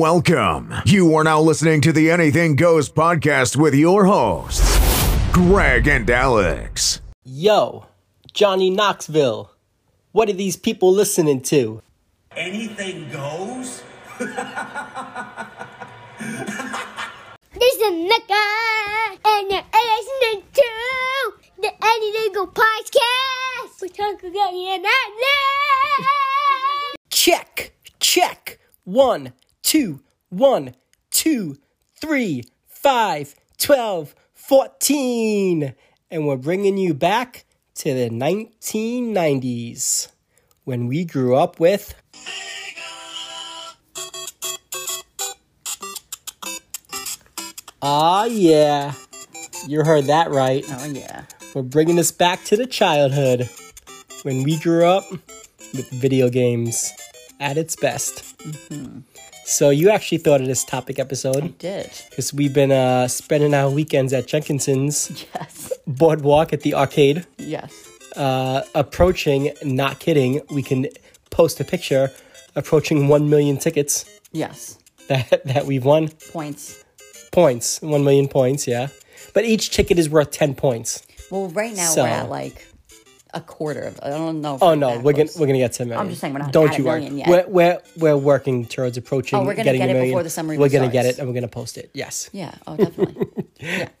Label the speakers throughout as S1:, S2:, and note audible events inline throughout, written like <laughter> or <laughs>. S1: Welcome. You are now listening to the Anything Goes podcast with your hosts, Greg and Alex.
S2: Yo, Johnny Knoxville. What are these people listening to?
S3: anything goes?
S4: This is Mecca, and you're listening to the Any Legal Podcast with Uncle Daddy and Alex.
S2: Check, check. One, two, one, two, three, five, twelve, fourteen. And we're bringing you back to the 1990s when we grew up with. Ah, yeah. You heard that right.
S5: Oh yeah.
S2: We're bringing us back to the childhood when we grew up with video games at its best. So you actually thought of this topic episode
S5: Did.
S2: because we've been uh, spending our weekends at Jenkinson's
S5: Yes.
S2: boardwalk at the arcade,
S5: Yes.
S2: uh, approaching. Not kidding. We can post a picture approaching one million tickets
S5: Yes.
S2: that <laughs> that we've won.
S5: Points.
S2: Points, one million points. Yeah, but each ticket is worth ten points.
S5: Well, right now
S2: So-
S5: we're at like a quarter of. I don't know. if
S2: Oh
S5: we're
S2: no,
S5: that
S2: we're gonna
S5: close.
S2: we're gonna get to a million.
S5: just saying we're not
S2: Don't
S5: at a
S2: you worry.
S5: million yet.
S2: We're we're we're working towards approaching.
S5: Oh, we're gonna
S2: getting
S5: get
S2: a
S5: it
S2: million.
S5: before the summer
S2: We're
S5: even
S2: gonna get it
S5: starts.
S2: and we're gonna post it. Yes.
S5: Yeah. Oh, definitely.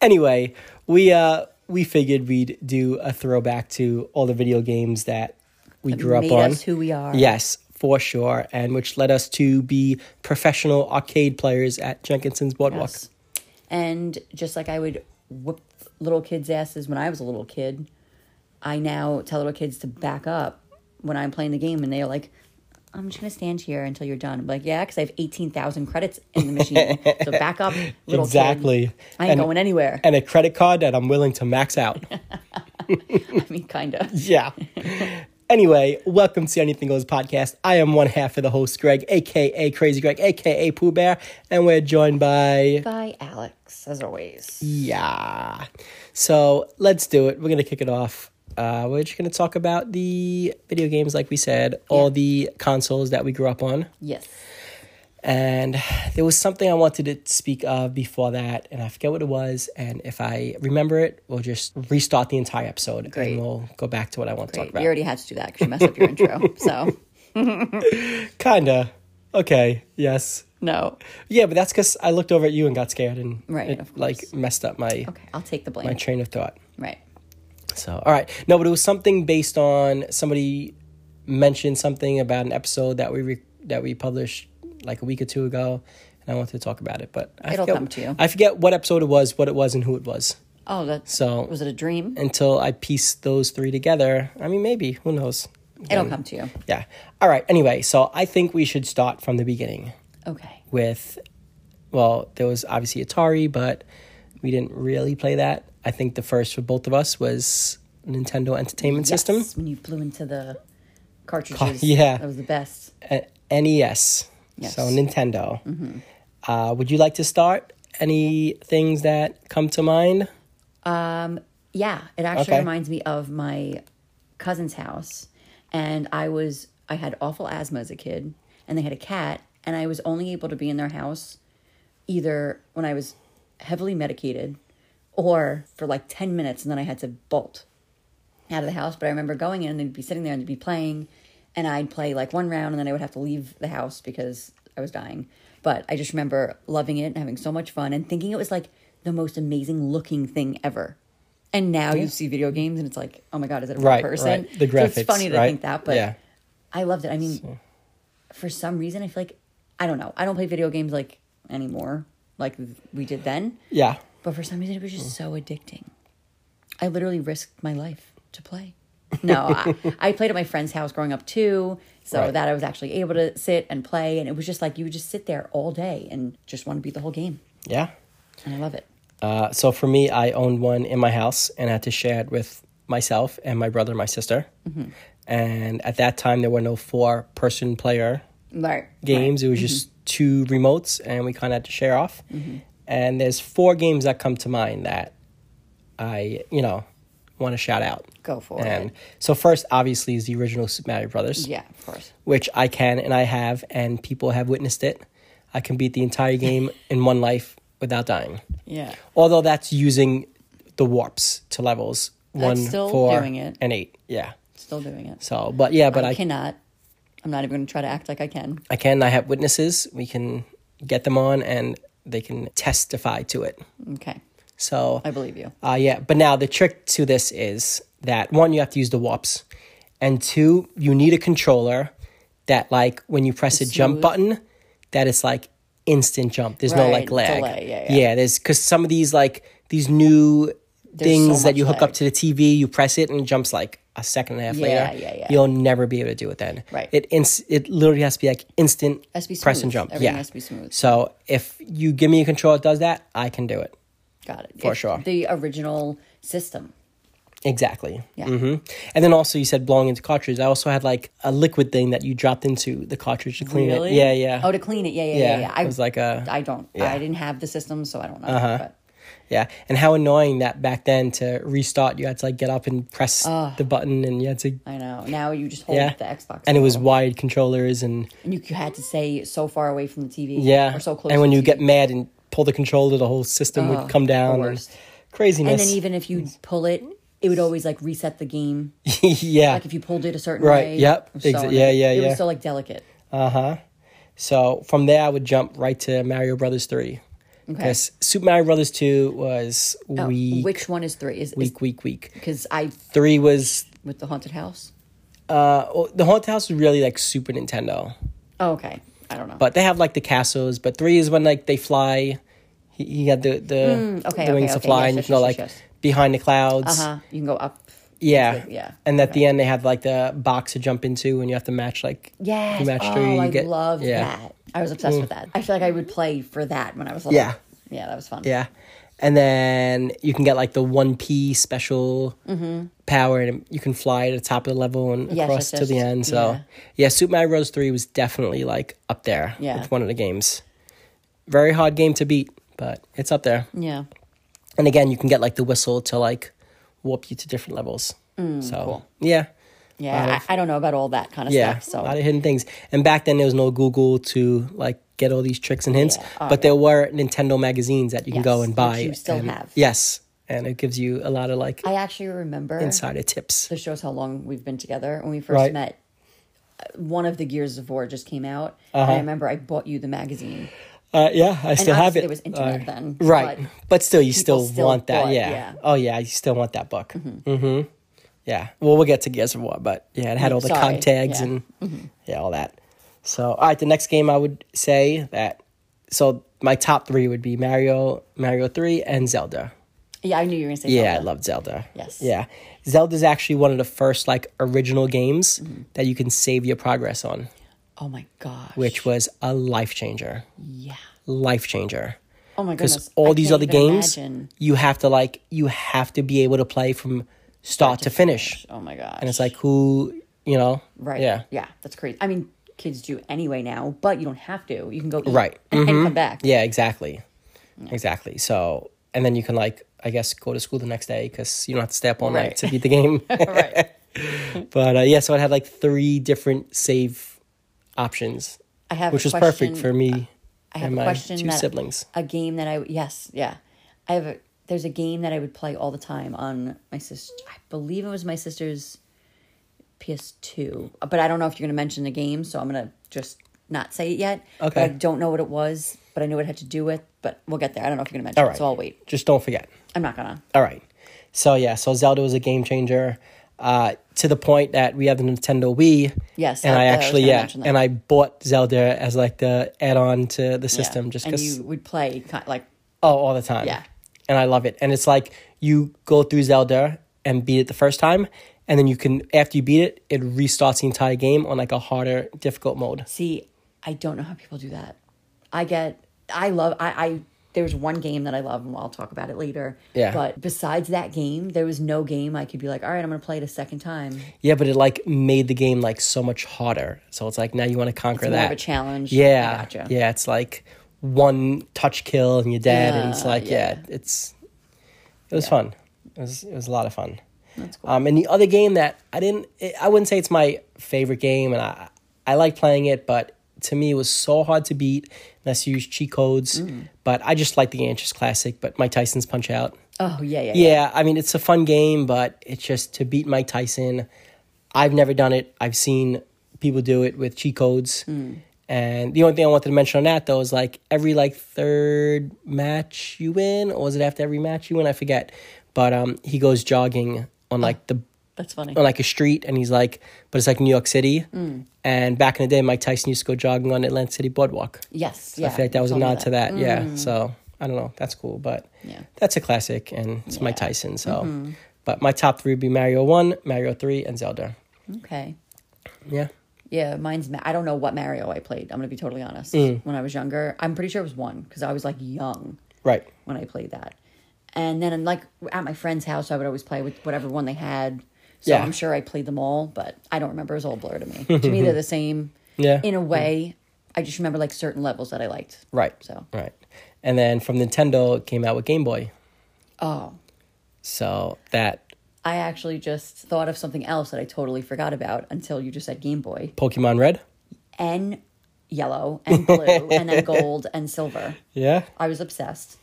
S2: Anyway, we uh we figured we'd do a throwback to all the video games that we grew up
S5: Made
S2: on.
S5: us who we are.
S2: Yes, for sure, and which led us to be professional arcade players at Jenkinson's Boardwalk.
S5: Yes. And just like I would whip little kids' asses when I was a little kid, I now tell little kids to back up when I'm playing the game, and they're like. I'm just gonna stand here until you're done. I'm like, yeah, because I have eighteen thousand credits in the machine. so
S2: <laughs>
S5: back up, little kid.
S2: Exactly.
S5: I ain't
S2: And-
S5: going anywhere.
S2: And a credit card that I'm willing to max out.
S5: <laughs>
S2: <laughs>
S5: I mean, kind of.
S2: Yeah. Anyway, welcome to Anything Goes podcast. I am one half of the host, Greg, aka Crazy Greg, aka Pooh Bear, and we're joined by
S5: Bye, Alex, as always.
S2: yeah. So let's do it. We're gonna kick it off. Uh, we're just gonna talk about the video games, like we said, all the consoles that we grew up on,
S5: Yes.
S2: and there was something I wanted to speak of before that, and I forget what it was. And if I remember it, we'll just restart the entire episode,
S5: Great.
S2: and we'll go back to what I want to talk
S5: Great.
S2: about.
S5: You already had to do that because you messed up
S2: <laughs>
S5: your intro. So,
S2: Kinda. Okay. Yes.
S5: no.
S2: Yeah, but that's because I looked over at you and got scared and
S5: Right,
S2: it,
S5: of course.
S2: like messed up my
S5: Okay, I'll take the blame.
S2: my train of thought.
S5: right.
S2: So all right, no, but it was something based on somebody mentioned something about an episode that we re- that we published like a week or two ago, and I wanted to talk about it, but I
S5: It'll
S2: forget,
S5: come to you.
S2: I forget what episode it was, what it was, and who it was.
S5: Oh, that's.
S2: So-
S5: was it a dream?
S2: Until I pieced those three together, I mean, maybe who knows?
S5: It'll come to you.
S2: Yeah. All right. Anyway, so I think we should start from the beginning.
S5: Okay.
S2: with well there was obviously atari but we didn't really play that i think the first for both of us was nintendo entertainment system
S5: Yes, when you blew into the cartridges.
S2: yeah.
S5: That was the best.
S2: A- nes E so nintendo uh, would you like to start any things that come to mind
S5: Yeah, it actually
S2: Okay.
S5: reminds me of my cousin's house, and I was I had awful asthma as a kid, and they had a cat, and I was only able to be in their house either when I was heavily medicated or for like ten minutes, and then I had to bolt out of the house. But I remember going in, and they'd be sitting there, and they'd be playing, and I'd play like one round, and then I would have to leave the house because I was dying. But I just remember loving it and having so much fun, and thinking it was like the most amazing looking thing ever. And now you see video games, and it's like, oh my god, is it a real
S2: Right,
S5: person?
S2: right. The
S5: So it's
S2: graphics,
S5: funny to
S2: right?
S5: think that, but
S2: Yeah.
S5: I loved it. I mean, for some reason, I feel like I don't know. I don't play video games like anymore, like we did then.
S2: yeah
S5: But for some reason, it was just
S2: Hmm.
S5: so addicting. I literally risked my life to play. No, I, I played at my friend's house growing up too, so
S2: Right.
S5: that I was actually able to sit and play. And it was just like you would just sit there all day and just want to beat the whole game.
S2: yeah
S5: And I love it.
S2: uh, so for me i owned one in my house and had to share it with myself and my brother and my sister and at that time there were no four person player
S5: Right. Mm-hmm.
S2: games. It was just two remotes, and we kind of had to share off. And there's four games that come to mind that I, you know, want to shout out.
S5: Go for
S2: And
S5: it.
S2: so first, obviously, is the original Super Mario Brothers,
S5: Yeah, of course.
S2: which I can and I have, and people have witnessed it. I can beat the entire
S5: <laughs>
S2: game in one life without dying.
S5: Yeah.
S2: Although that's using the warps to levels one,
S5: still
S2: four,
S5: doing it.
S2: and eight. Yeah.
S5: Still doing it.
S2: So, but yeah, but
S5: I,
S2: I, can.
S5: cannot. I'm not even going to try to act like I can.
S2: I can. I have witnesses. We can get them on, and they can testify to it.
S5: Okay.
S2: So
S5: I believe you.
S2: Uh, yeah, but now the trick to this is that one, you have to use the warps, and two, you need a controller that, like, when you press a jump
S5: smooth.
S2: button, that it's like instant jump. There's no like lag.
S5: Right, delay, yeah, yeah.
S2: there's because some of these like these new things
S5: so
S2: that you
S5: much
S2: hook up
S5: lag.
S2: to the TV, you press it and it jumps like a second and a half
S5: Yeah,
S2: later.
S5: yeah, yeah.
S2: You'll never be able to do it then.
S5: Right.
S2: It ins- it literally has to be like instant
S5: Has to be
S2: press and
S5: smooth.
S2: jump.
S5: Everything
S2: yeah,
S5: has to be smooth.
S2: So if you give me a controller that does that, I can do it.
S5: Got it.
S2: For
S5: It's
S2: sure.
S5: The original system.
S2: Exactly.
S5: Yeah.
S2: hmm And then also you said blowing into cartridge. I also had like a liquid thing that you dropped into the cartridge to clean it. Yeah, yeah.
S5: Oh, to clean it. Yeah, yeah, yeah. yeah,
S2: Yeah,
S5: I
S2: it was like a-
S5: I don't.
S2: yeah. Uh-huh.
S5: I didn't have the system, so I don't know. But
S2: yeah. And how annoying that back then to restart you had to like get up and press the button and you had to
S5: I know. Now you just hold
S2: yeah.
S5: the Xbox.
S2: And it was
S5: control.
S2: wired controllers and
S5: And you, you had to say so far away from the TV.
S2: yeah.
S5: Or so close.
S2: and when
S5: to
S2: you
S5: the
S2: get
S5: TV.
S2: mad and pull the controller the whole system would come down. and
S5: worst.
S2: Craziness.
S5: And then even if you pull it, it would always like reset the game.
S2: <laughs> yeah.
S5: Like if you pulled it a certain
S2: Right,
S5: way.
S2: yep,
S5: it was so
S2: exa-
S5: annoying.
S2: yeah, yeah,
S5: It
S2: yeah.
S5: was so like delicate.
S2: Uh-huh. So from there, I would jump right to Mario Brothers three.
S5: Okay.
S2: Because Super Mario Brothers two was
S5: Oh,
S2: weak,
S5: Which one is three? Is
S2: weak, weak, weak.
S5: because I
S2: Three was
S5: with the haunted house.
S2: uh, oh, the Haunted House was really like Super Nintendo,
S5: Oh, okay. I don't know.
S2: but they have like the castles. But three is when like they fly. He, he had the the,
S5: Mm, okay,
S2: the wings
S5: okay,
S2: to
S5: okay.
S2: fly,
S5: Yes,
S2: and you
S5: yes,
S2: can go
S5: yes,
S2: like
S5: yes, yes.
S2: behind the clouds.
S5: uh-huh. You can go up.
S2: Yeah,
S5: yeah.
S2: And at the end, they have like the box to jump into, and you have to match like
S5: Yes.
S2: you match
S5: oh,
S2: three. You
S5: I
S2: get,
S5: love
S2: yeah. Mm.
S5: that. I was obsessed with that. I feel like I would play for that when I was little.
S2: Yeah.
S5: Yeah, that was fun.
S2: Yeah. And then you can get like the 1P special power and you can fly to the top of the level and
S5: Mm-hmm. Yes,
S2: across
S5: yes,
S2: to the
S5: yes.
S2: end. So,
S5: Yeah.
S2: yeah. Super Mario Bros. 3 was definitely like up there.
S5: Yeah.
S2: It's one of the games. Very hard game to beat, but it's up there.
S5: Yeah.
S2: And again, you can get like the whistle to like warp you to different levels.
S5: Mm,
S2: so, yeah.
S5: Yeah. I, I don't know about all that kind of
S2: Yeah,
S5: stuff. So
S2: a lot of hidden things. And back then, there was no Google to like get all these tricks and hints,
S5: Yeah. Oh,
S2: but there were Nintendo magazines that you can go
S5: Yes,
S2: and
S5: which
S2: buy.
S5: you still
S2: and-
S5: have.
S2: Yes, and it gives you a lot of like
S5: I actually remember
S2: insider tips.
S5: this shows how long we've been together. When we first
S2: Right.
S5: met, uh, one of the Gears of War just came out. And I remember I bought you the magazine.
S2: Uh, yeah, I
S5: And
S2: Uh-huh. still have it. Uh,
S5: obviously There was internet then.
S2: right, but,
S5: but
S2: still, you still,
S5: still
S2: want that.
S5: bought-
S2: yeah.
S5: yeah.
S2: Oh yeah, you still want that book. Mm-hmm. Yeah. Well, we'll get to Gears of War, but yeah, it had all the
S5: Mm-hmm. Sorry,
S2: cog tags
S5: yeah. Mm-hmm.
S2: and yeah, all that. So, all right, the next game I would say that. So my top three would be Mario, Mario Three, and Zelda.
S5: Yeah, I knew you were going to say
S2: Yeah, I
S5: Zelda.
S2: love Zelda.
S5: Yes.
S2: Yeah. Zelda's actually one of the first like original games
S5: Mm-hmm.
S2: that you can save your progress on,
S5: Oh my gosh.
S2: which was a life changer.
S5: Yeah.
S2: Life changer.
S5: Oh my
S2: Because
S5: goodness. I
S2: all these
S5: can't
S2: other
S5: even
S2: games
S5: imagine.
S2: you have to like you have to be able to play from start to finish.
S5: Oh my gosh.
S2: And it's like who you know?
S5: Right.
S2: Yeah.
S5: Yeah. That's crazy. I mean, kids do anyway now, but you don't have to. You can go eat
S2: Right. Mm-hmm.
S5: and come back.
S2: Yeah, exactly. Exactly. So and then you can like I guess go to school the next day because you don't have to stay up all
S5: Right.
S2: night to beat the game.
S5: <laughs> right.
S2: <laughs> But uh, yeah, so it had like three different save options,
S5: I have
S2: which
S5: a
S2: was perfect
S5: question-
S2: for me
S5: I have
S2: and my
S5: a question.
S2: two
S5: that-
S2: siblings.
S5: A game that I yes yeah, I have a there's a game that I would play all the time on my sister. I believe it was my sister's PS2, but I don't know if you're gonna mention the game, so I'm gonna just not say it yet. But
S2: Okay.
S5: I don't know what it was, but I know what it had to do with. But we'll get there. I don't know if you're gonna mention
S2: All
S5: it,
S2: right,
S5: so I'll wait.
S2: Just don't forget.
S5: I'm not gonna.
S2: All right. So yeah, so Zelda was a game changer uh, to the point that we have the Nintendo Wii.
S5: Yes,
S2: and
S5: I-
S2: I,
S5: I was
S2: actually
S5: gonna
S2: yeah,
S5: mention that.
S2: and I bought Zelda as like the add-on to the
S5: Yeah.
S2: system just
S5: and
S2: because
S5: you would play ki- like
S2: oh all the time.
S5: Yeah.
S2: and I love it. And it's like you go through Zelda and beat it the first time, and then you can after you beat it, it restarts the entire game on like a harder, difficult mode.
S5: See, I don't know how people do that. I get, I love, I, I there's one game that I love, and I'll talk about it later.
S2: Yeah.
S5: But besides that game, there was no game I could be like, all right, I'm gonna play it a second time.
S2: Yeah, but it like made the game like so much harder. So it's like now you want to conquer
S5: It's more
S2: that.
S5: of a challenge. I
S2: Yeah,
S5: gotcha.
S2: yeah. It's like one touch kill and you're dead, and it's
S5: Yeah,
S2: like yeah, it's it was fun. It was it was a lot of fun. That's cool. Um, and the other game that I didn't, it, I wouldn't say it's my favorite game, and I I like playing it, but to me it was so hard to beat. Unless you use cheat codes.
S5: Mm.
S2: But I just like the Anxious Classic, but Mike Tyson's Punch Out.
S5: Oh yeah, yeah, yeah.
S2: Yeah, I mean it's a fun game, but it's just to beat Mike Tyson. I've never done it. I've seen people do it with cheat codes. And the only thing I wanted to mention on that though is like every like third match you win, or was it after every match you win? I forget. But um, he goes jogging on like the
S5: That's funny.
S2: on like a street and he's like but it's like New York City. And back in the day Mike Tyson used to go jogging on Atlantic City Boardwalk.
S5: yes, yeah.
S2: I feel like that was a
S5: Told me
S2: nod to that. Yeah. So I don't know. That's cool, but
S5: Mm. Yeah. Mm-hmm.
S2: that's a classic, and it's Mike Tyson. So, but my top three would be Mario one, Mario three, and Zelda.
S5: Okay.
S2: Yeah.
S5: Yeah, mine's. Ma- I don't know what Mario I played. I'm gonna be totally honest.
S2: Mm.
S5: When I was younger, I'm pretty sure it was one because I was like young
S2: Right.
S5: when I played that. And then, like at my friend's house, I would always play with whatever one they had. So
S2: Yeah.
S5: I'm sure I played them all, but I don't remember. It's all blur to me.
S2: <laughs>
S5: to me, they're the same.
S2: Yeah.
S5: In a way, I just remember like certain levels that I liked.
S2: Right.
S5: So
S2: Right. And then from Nintendo it came out with Game Boy.
S5: oh,
S2: So that
S5: I actually just thought of something else that I totally forgot about until you just said Game Boy
S2: Pokemon Red.
S5: and yellow
S2: <laughs>
S5: and blue and then gold and silver.
S2: Yeah.
S5: I was obsessed.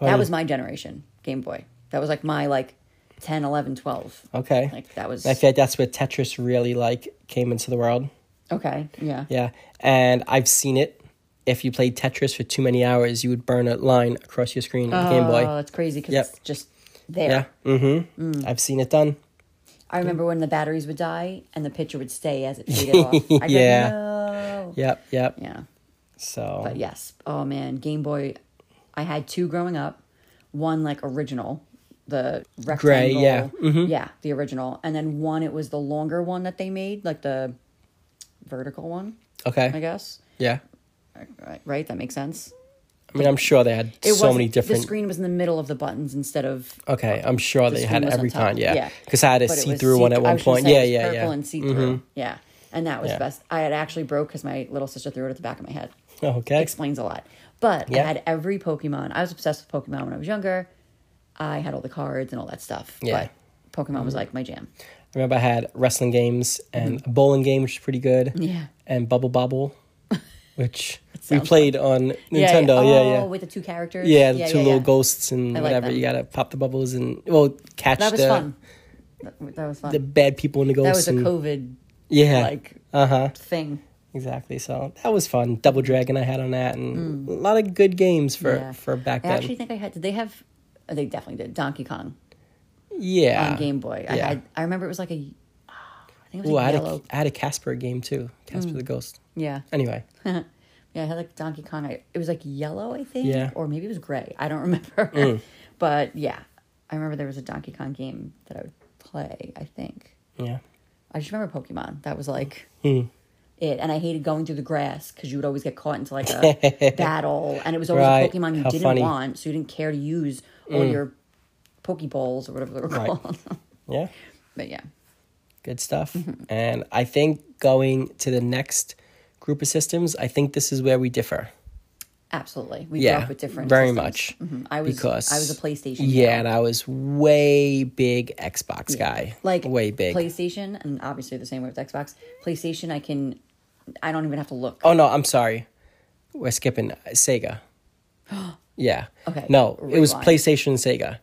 S5: That was my generation, Game Boy. That was like my like 10, 11, 12.
S2: Okay.
S5: Like that was
S2: I feel like that's where Tetris really like came into the world.
S5: okay. Yeah.
S2: Yeah. And I've seen it. If you played Tetris for too many hours, you would burn a line across your screen in Game
S5: Oh,
S2: Boy.
S5: it's crazy because
S2: Yep.
S5: it's just there.
S2: Yeah. Mm-hmm.
S5: Mm.
S2: I've seen it done.
S5: I remember when the batteries would die and the picture would
S2: <laughs>
S5: stay as it faded off. I'd
S2: Yeah.
S5: yeah. No.
S2: Yep. Yep.
S5: Oh. Yeah.
S2: So.
S5: But yes. Oh man, Game Boy. I had two growing up. One like original, the rectangle.
S2: yeah. Mm-hmm.
S5: Yeah, the original, and then one it was the longer one that they made, like the vertical one,
S2: Okay.
S5: I guess.
S2: Yeah.
S5: Right, right. That makes sense.
S2: I mean, I'm sure they had so
S5: wasn't-
S2: many different.
S5: The screen was in the middle of the buttons instead of.
S2: okay, I'm sure they
S5: screen
S2: had
S5: was on
S2: every
S5: top.
S2: kind. Yeah.
S5: Yeah.
S2: Because I had a
S5: but it was
S2: see through one
S5: see-
S2: at
S5: I
S2: one
S5: was gonna
S2: point.
S5: say
S2: Yeah,
S5: it was
S2: yeah,
S5: purple
S2: yeah. Mm.
S5: and see through. Yeah, and that was
S2: Yeah.
S5: best. I had actually broke because my little sister threw it at the back of my head.
S2: Oh, okay.
S5: Explains a lot. But
S2: Yeah.
S5: I had every Pokemon. I was obsessed with Pokemon when I was younger. I had all the cards and all that stuff.
S2: Yeah. Mm-hmm.
S5: But Pokemon was like my jam.
S2: I remember I had wrestling games and a bowling game, which is pretty good.
S5: Mm-hmm. Yeah.
S2: And Bubble
S5: <laughs>
S2: Bobble, which we
S5: sounds
S2: played on Nintendo.
S5: Oh,
S2: Yeah, yeah.
S5: with the two characters.
S2: Yeah, the two little
S5: yeah.
S2: ghosts and
S5: I like
S2: whatever.
S5: them.
S2: you gotta pop the bubbles and well catch
S5: That was
S2: the
S5: fun. That, that was fun.
S2: the bad people in the
S5: that
S2: ghosts.
S5: was a
S2: and,
S5: COVID
S2: yeah, Uh-huh.
S5: like thing.
S2: exactly. So that was fun. Double Dragon I had on that, and a lot of good games for
S5: Mm. Yeah.
S2: for back
S5: I
S2: then.
S5: actually think I had. Did they have? oh, They definitely did. Donkey Kong
S2: yeah,
S5: on Game Boy. I
S2: yeah.
S5: had. I remember it was like a. I think it was
S2: Ooh, I
S5: like
S2: had,
S5: yellow. Mm.
S2: a, I had a Casper game too. Casper the Ghost.
S5: yeah. <laughs>
S2: Anyway,
S5: Yeah, I had like Donkey Kong. I, it was like yellow, I think.
S2: Yeah. Mm.
S5: Or maybe it was gray. I don't <laughs> remember. but yeah, I remember there was a Donkey Kong game that I would play, I think.
S2: yeah.
S5: I just remember Pokemon. That was like
S2: Hmm.
S5: it. And I hated going through the grass because you would always get caught into
S2: <laughs>
S5: like a battle. And it was always
S2: Right.
S5: a Pokemon you
S2: How
S5: didn't
S2: funny. Mm.
S5: want, so you didn't care to use all your Pokeballs or whatever they were
S2: Right.
S5: called. <laughs>
S2: Yeah.
S5: but yeah.
S2: Good stuff.
S5: Mm-hmm.
S2: And I think going to the next group of systems, I think this is where we differ.
S5: Absolutely. We
S2: Yeah,
S5: grew up with different
S2: very
S5: systems.
S2: much.
S5: Mhm. I was
S2: Because
S5: I was a PlayStation.
S2: Yeah,
S5: girl.
S2: and I was way big Xbox guy.
S5: like
S2: way big.
S5: PlayStation, and obviously the same way with Xbox. PlayStation, I can, I don't even have to look.
S2: oh no, I'm sorry. We're skipping
S5: <gasps>
S2: Sega. yeah.
S5: Okay,
S2: No, it was
S5: rewind. Oh.
S2: PlayStation and Sega.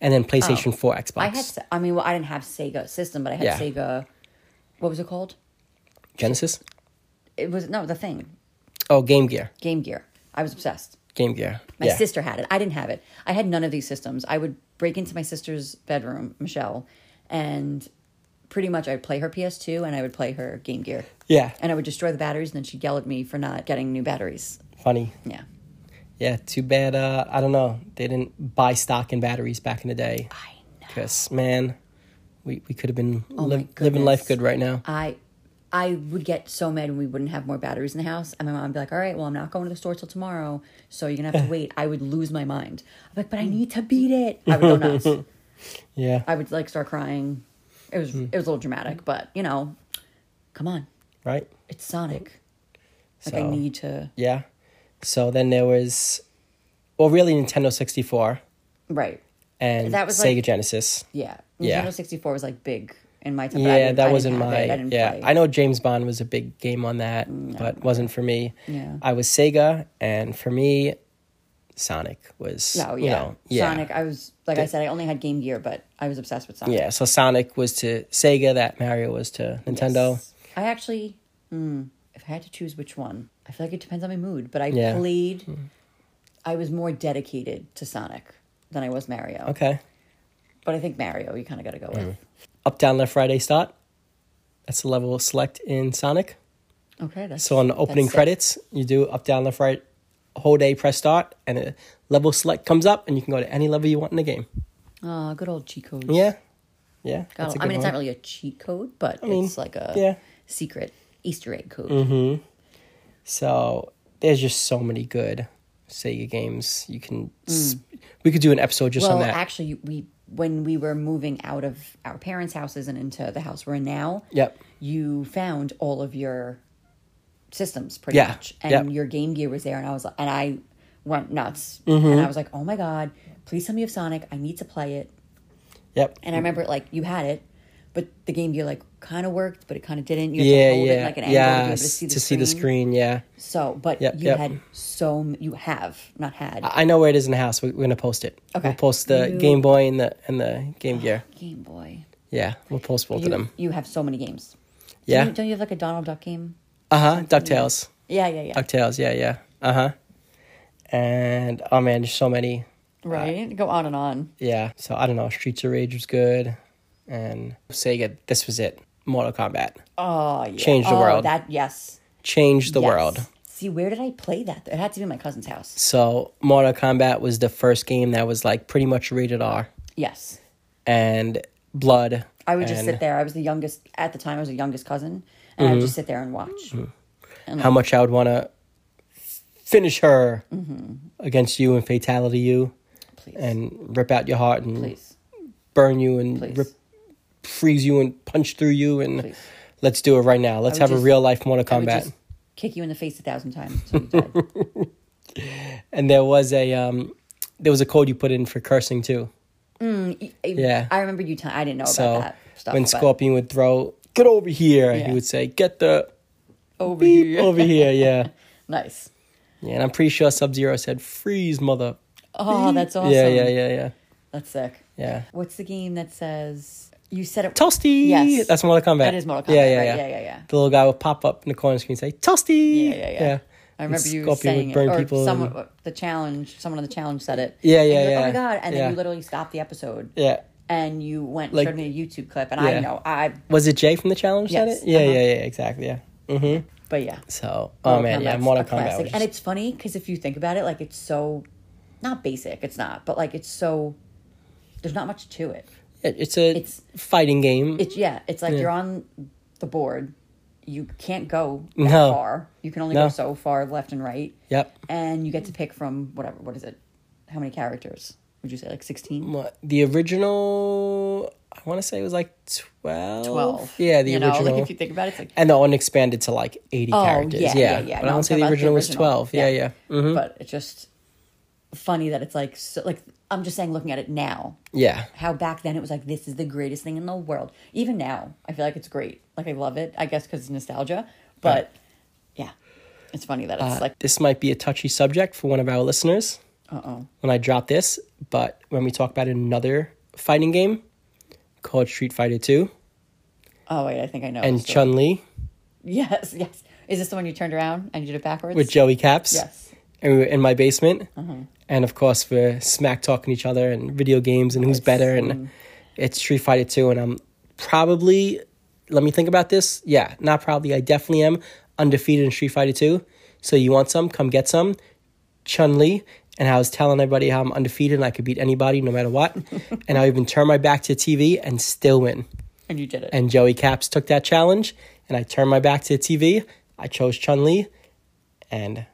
S2: And then PlayStation 4 Xbox.
S5: I had, Se- I mean, well, I didn't have Sega system, but I had
S2: Yeah.
S5: Sega. What was it called?
S2: Genesis?
S5: It was no the thing,
S2: Oh, Game Gear.
S5: Game Gear. I was obsessed.
S2: Game Gear.
S5: My
S2: yeah.
S5: sister had it. I didn't have it. I had none of these systems. I would break into my sister's bedroom, Michelle, and pretty much I'd play her PS2 and I would play her Game Gear.
S2: Yeah.
S5: And I would destroy the batteries, and then she'd yell at me for not getting new batteries.
S2: Funny.
S5: Yeah.
S2: Yeah, too bad. Uh, I don't know. They didn't buy stock in batteries back in the day. I know. Because, man, we, we could have been li- living life
S5: Oh goodness.
S2: good right now.
S5: I I would get so mad when we wouldn't have more batteries in the house. And my mom would be like, all right, well, I'm not going to the store till tomorrow. So you're going
S2: <laughs>
S5: to have to wait. I would lose my mind. I'm like, but
S2: Mm.
S5: I need to beat it. I would go nuts.
S2: <laughs> yeah.
S5: I would like start crying. It was,
S2: Mm.
S5: it was a little dramatic, but you know, come on.
S2: right?
S5: It's Sonic. Like I
S2: So-
S5: need to,
S2: Yeah. So then there was, well, really Nintendo 64
S5: right.
S2: and
S5: That was
S2: Sega
S5: like-
S2: Genesis.
S5: Yeah. Nintendo
S2: Yeah.
S5: 64 was like big. in my time. but I
S2: Yeah,
S5: didn't- I
S2: that
S5: didn't
S2: wasn't
S5: have
S2: my.
S5: it. I didn't
S2: yeah,
S5: play. Mm,
S2: I know James Bond was a big game on that, but wasn't for me.
S5: Yeah.
S2: I was Sega, and for me, Sonic was.
S5: No,
S2: you
S5: Oh, yeah.
S2: know, yeah.
S5: Sonic, I was like I said, I only had Game Gear, but I was obsessed with Sonic.
S2: Yeah, so Sonic was to Sega, that Mario was to Nintendo.
S5: I actually, mm, if I had to choose which one, I feel like it depends on my mood. But I
S2: Yeah. Hmm.
S5: played. I was more dedicated to Sonic than I was Mario.
S2: Okay. Hmm.
S5: But I think Mario, you kind of got to go with.
S2: Up, down, left, right, A start. That's the level select in Sonic.
S5: Okay, that's
S2: So on the opening
S5: that's
S2: credits,
S5: it.
S2: you do up, down, left, right, whole day, press start, and a level select comes up, and you can go to any level you want in the game.
S5: Ah, good old cheat code.
S2: Yeah. Yeah.
S5: Got
S2: that's
S5: it.
S2: a
S5: I
S2: good
S5: mean, it's
S2: one.
S5: not really a cheat code, but it's like a
S2: yeah. Mm-hmm.
S5: secret Easter egg code.
S2: So there's just so many good Sega games. You can. s we could do an episode just
S5: Mm. Well,
S2: on that.
S5: actually, we when we were moving out of our parents' houses and into the house we're in now,
S2: Yep.
S5: you found all of your systems pretty
S2: Yeah,
S5: much, and
S2: yep.
S5: your Game Gear was there, and I was and I went nuts,
S2: Mm-hmm.
S5: and I was like, oh my god, please tell me of Sonic, I need to play it,
S2: yep.
S5: and I remember like you had it. But the Game Gear like kind of worked, but it kind of didn't. You had
S2: yeah,
S5: to hold it in,
S2: yeah,
S5: like an angle to be
S2: yeah.
S5: able
S2: s- To, see, the screen, yeah.
S5: So, but
S2: Yep,
S5: you
S2: yep. Ah.
S5: had so m- you have not had
S2: I know where it is in the house. We- We're gonna post it.
S5: Okay.
S2: We'll post the Game Boy and the and the Game Gear.
S5: Game Boy.
S2: Yeah, we'll post both
S5: You,
S2: of them.
S5: you have so many games.
S2: Yeah.
S5: Don't you, don't you have like a Donald Duck game?
S2: Uh huh. Ducktales.
S5: Yeah, yeah, yeah.
S2: Ducktales. Yeah, yeah. Uh huh. And oh man, there's so many.
S5: Right? Go on and on.
S2: Yeah. So I don't know. Streets of Rage was good, and Sega. This was it. Mortal Kombat
S5: Oh, yeah.
S2: Change the
S5: Oh,
S2: world.
S5: That yes.
S2: changed the
S5: Yes.
S2: world.
S5: See, where did I play that? It had to be my cousin's house.
S2: So Mortal Kombat was the first game that was like pretty much rated R,
S5: Yes.
S2: and blood.
S5: I would
S2: and
S5: just
S2: Mm-hmm.
S5: sit there. I was the youngest at the time. I was the youngest cousin, and I would just sit there and watch.
S2: How much I would want to finish her
S5: Mm-hmm.
S2: against you and fatality you,
S5: Please,
S2: and rip out your heart and
S5: please,
S2: burn you and
S5: please.
S2: rip, freeze you and punch through you and
S5: Please.
S2: let's do it right now. Let's
S5: would
S2: have a
S5: just-
S2: real life Mortal
S5: I would
S2: Kombat.
S5: just kick you in the face a thousand times until you
S2: <laughs>
S5: died.
S2: And there was a um, there was a code you put in for cursing too. Yeah.
S5: I remember you. T- I didn't know
S2: So
S5: about that stuff.
S2: when
S5: but
S2: Scorpion would throw, get over here,
S5: Yeah.
S2: he would say, get the
S5: over
S2: beep
S5: here, <laughs>
S2: over here, yeah.
S5: nice.
S2: Yeah, and I'm pretty sure Sub Zero said, "Freeze, mother."
S5: Oh, that's awesome.
S2: Yeah, yeah, yeah, yeah,
S5: That's sick.
S2: yeah.
S5: What's the game that says you said it?
S2: Toasty.
S5: Yes.
S2: that's Mortal Kombat.
S5: That is Mortal Kombat, right? Yeah, yeah, yeah.
S2: The little guy would pop up in the corner screen and say, "Toasty."
S5: Yeah, yeah, yeah. I
S2: And
S5: remember you
S2: Scorpion
S5: saying
S2: would burn
S5: it, or
S2: people.
S5: someone
S2: and-
S5: the challenge. Someone on the challenge said it.
S2: Yeah,
S5: And
S2: yeah,
S5: you're like,
S2: yeah.
S5: Oh my god! And then
S2: Yeah.
S5: you literally stopped the episode.
S2: yeah.
S5: And you went and
S2: Like-
S5: showed me a YouTube clip, and
S2: Yeah.
S5: I know I.
S2: Was it Jay from the challenge? said
S5: Yes,
S2: it? Yeah,
S5: uh-huh.
S2: yeah, yeah. Exactly. Yeah.
S5: But yeah.
S2: So, oh man, yeah,
S5: Kombat's
S2: Mortal
S5: a
S2: Kombat.
S5: classic.
S2: was
S5: And
S2: just-
S5: it's funny because if you think about it, like it's so not basic. It's not, but like it's so. There's not much to it.
S2: it- it's a
S5: it's-
S2: fighting game.
S5: It's yeah. It's like you're on the board. You can't go that
S2: No.
S5: far. You can only
S2: No.
S5: go so far left and right.
S2: yep.
S5: And you get to pick from whatever. What is it? How many characters? Would you say like sixteen?
S2: What- The original, I want to say it was like twelve.
S5: 12.
S2: Yeah, the
S5: you know,
S2: original.
S5: Like if you think about it, it's like,
S2: And the one expanded to like 80
S5: oh,
S2: characters.
S5: yeah,
S2: Yeah,
S5: yeah, yeah.
S2: But
S5: No,
S2: I
S5: I'm
S2: don't say
S5: talking
S2: the
S5: about
S2: original was 12. Yeah, yeah. Mm-hmm.
S5: But it's just funny that it's like, so, like I'm just saying, looking at it now,
S2: Yeah.
S5: how back then it was like, this is the greatest thing in the world. Even now, I feel like it's great. Like I love it, I guess, because it's nostalgia. But yeah, it's funny that it's like,
S2: This might be a touchy subject for one of our listeners
S5: uh oh,
S2: when I drop this, but when we talk about another fighting game called Street Fighter 2
S5: oh wait, I think I know.
S2: and
S5: this story.
S2: Chun Li
S5: <laughs> yes, yes. Is this the one you turned around and you did it backwards?
S2: with Joey Caps.
S5: yes.
S2: And we were in my basement. And of course, we're smack talking each other and video games and who's better. And it's Street Fighter 2. And I'm probably, let me think about this. Yeah, not probably. I definitely am undefeated in Street Fighter 2. So you want some? Come get some. Chun Li. And I was telling everybody how I'm undefeated and I could beat anybody no matter what. and I even turned my back to TV and still win.
S5: And you did it.
S2: And Joey Caps took that challenge. And I turned my back to the TV. I chose Chun Li and I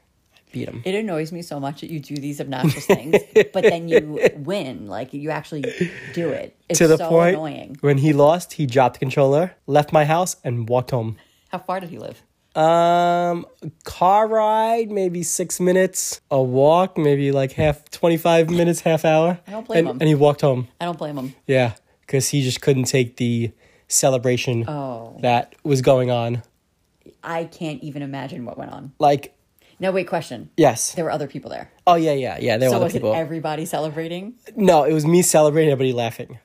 S2: beat him.
S5: it annoys me so much that you do these obnoxious things, but
S2: <laughs>
S5: then you win. Like you actually do it. It's
S2: to the
S5: so
S2: point
S5: annoying.
S2: when he lost, he dropped the controller, left my house, and walked home.
S5: How far did he live?
S2: Um, car ride maybe six minutes, a walk maybe like half twenty five minutes, half hour. I
S5: don't blame
S2: and,
S5: him.
S2: And he walked home.
S5: I don't blame him.
S2: Yeah, because he just couldn't take the celebration
S5: Oh.
S2: that was going on.
S5: I can't even imagine what went on.
S2: Like,
S5: Now, wait, question.
S2: yes.
S5: There were other people there.
S2: Oh, yeah, yeah, yeah. There
S5: so
S2: were
S5: was
S2: other people.
S5: it everybody celebrating?
S2: No, it was me celebrating, everybody
S5: <laughs>
S2: laughing.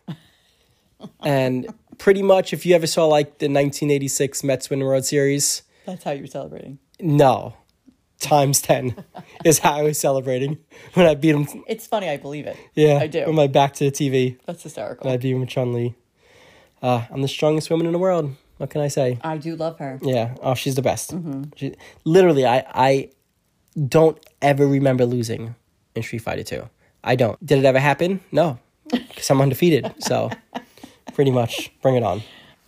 S2: and pretty much, if you ever saw like the 1986 Mets win the World Series,
S5: That's how you were celebrating.
S2: no, times
S5: <laughs>
S2: 10 is how I was celebrating when I beat him.
S5: It's funny. I believe it.
S2: Yeah,
S5: I do.
S2: With my back to the TV,
S5: That's hysterical.
S2: I beat him with Chun Li. Uh, I'm the strongest woman in the world. What can I say?
S5: I do love her.
S2: Yeah. Oh, she's the best.
S5: Mm-hmm.
S2: She, literally, I, I don't ever remember losing in Street Fighter 2. I don't. Did it ever happen?
S5: <laughs>
S2: No. Because I'm undefeated. So, pretty much, bring it on.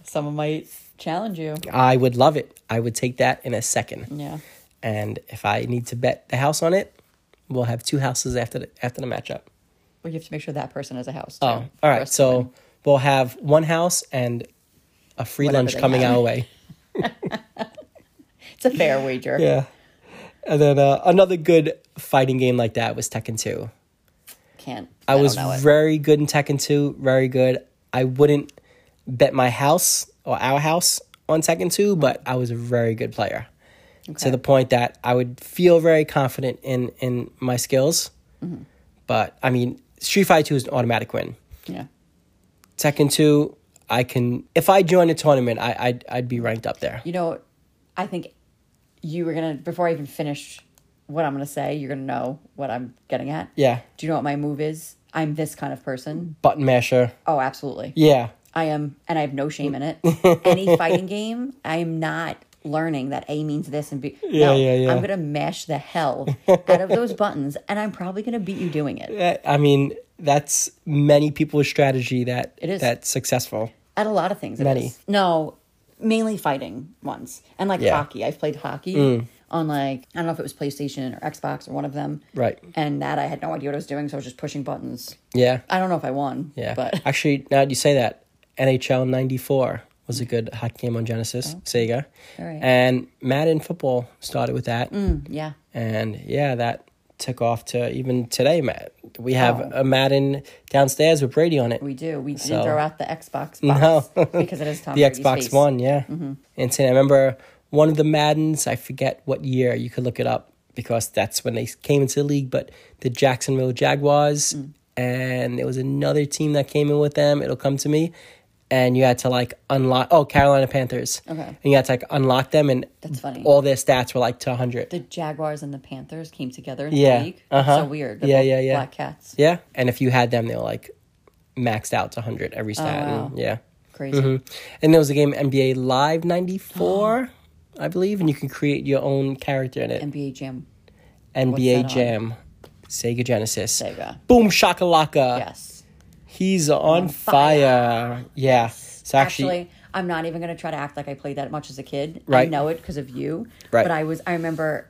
S5: Someone might challenge you.
S2: I would love it. I would take that in a second.
S5: Yeah.
S2: And if I need to bet the house on it, we'll have two houses after the, after the matchup.
S5: But you have to make sure that person has a house. Too,
S2: Oh, all
S5: for
S2: right.
S5: us to
S2: So,
S5: win.
S2: we'll have one house and a free
S5: Whatever
S2: lunch
S5: they
S2: coming
S5: have.
S2: our way.
S5: it's a fair wager.
S2: Yeah. And then uh, another good fighting game like that was Tekken 2.
S5: Can't.
S2: I, was
S5: Don't know it.
S2: very good in Tekken 2, very good. I wouldn't bet my house or our house on Tekken 2, but I was a very good player. To the point that I would feel very confident in in my skills.
S5: Mm-hmm.
S2: But I mean, Street Fighter 2 is an automatic win.
S5: yeah.
S2: Tekken 2, I can if I join a tournament, I I'd, I'd be ranked up there.
S5: You know, I think you were gonna before I even finish what I'm gonna say. You're gonna know what I'm getting at.
S2: Yeah.
S5: Do you know what my move is? I'm this kind of person.
S2: Button masher.
S5: Oh, absolutely.
S2: Yeah.
S5: I am, and I have no
S2: <laughs>
S5: shame in it. Any fighting game, I am not learning that A means this and B.
S2: Yeah,
S5: no,
S2: yeah, yeah.
S5: I'm gonna mash the hell out of those buttons, and I'm probably gonna beat you doing it.
S2: Eh, I- I mean, that's many people's strategy that
S5: It is.
S2: that's successful.
S5: At a lot of things, it
S2: Many.
S5: is. No, mainly fighting ones, and like
S2: Yeah. Mm.
S5: hockey. I've played hockey on like I don't know if it was PlayStation or Xbox or one of them.
S2: Right.
S5: And that I had no idea what I was doing, so I was just pushing buttons.
S2: Yeah.
S5: I don't know if I won.
S2: Yeah.
S5: But <laughs>
S2: Actually, now that you say that, NHL 94 was a good hot game on Genesis, Sega.
S5: Oh. All right. Mm.
S2: And Madden football started with that.
S5: yeah,
S2: And yeah, that took off to even today, Matt. We have
S5: Oh.
S2: a Madden downstairs with Brady on it.
S5: we do. We
S2: So-
S5: didn't throw out the Xbox box
S2: <laughs> No.
S5: because it is
S2: <laughs>
S5: Tom
S2: the
S5: Brady's
S2: Xbox
S5: face. Mm-hmm.
S2: One, yeah. And so I remember one of the Maddens, I forget what year, you could look it up because that's when they came into the league, but the Jacksonville Jaguars
S5: Mm.
S2: and there was another team that came in with them, it'll come to me. And you had to like unlock oh Carolina Panthers.
S5: Okay.
S2: And you had to like unlock them and
S5: That's funny.
S2: all their stats were like to hundred.
S5: the Jaguars and the Panthers came together in
S2: Yeah.
S5: the league. That's
S2: Uh-huh.
S5: so weird. They're
S2: Yeah,
S5: both
S2: yeah, yeah.
S5: Black cats.
S2: yeah. And if you had them they were like maxed out to hundred every stat.
S5: Oh, wow.
S2: and, yeah.
S5: Crazy.
S2: Mm-hmm. And there was a game NBA Live
S5: <gasps>
S2: '94, I believe, and you can create your own character in it.
S5: NBA Jam.
S2: NBA
S5: that on?
S2: Jam, Sega Genesis,
S5: Sega.
S2: Boom Shakalaka.
S5: Yes.
S2: He's on, fire. Yeah. So actually,
S5: Actually, I'm not even going to try to act like I played that much as a kid. I
S2: Right.
S5: know it because of you.
S2: Right.
S5: But I was. I remember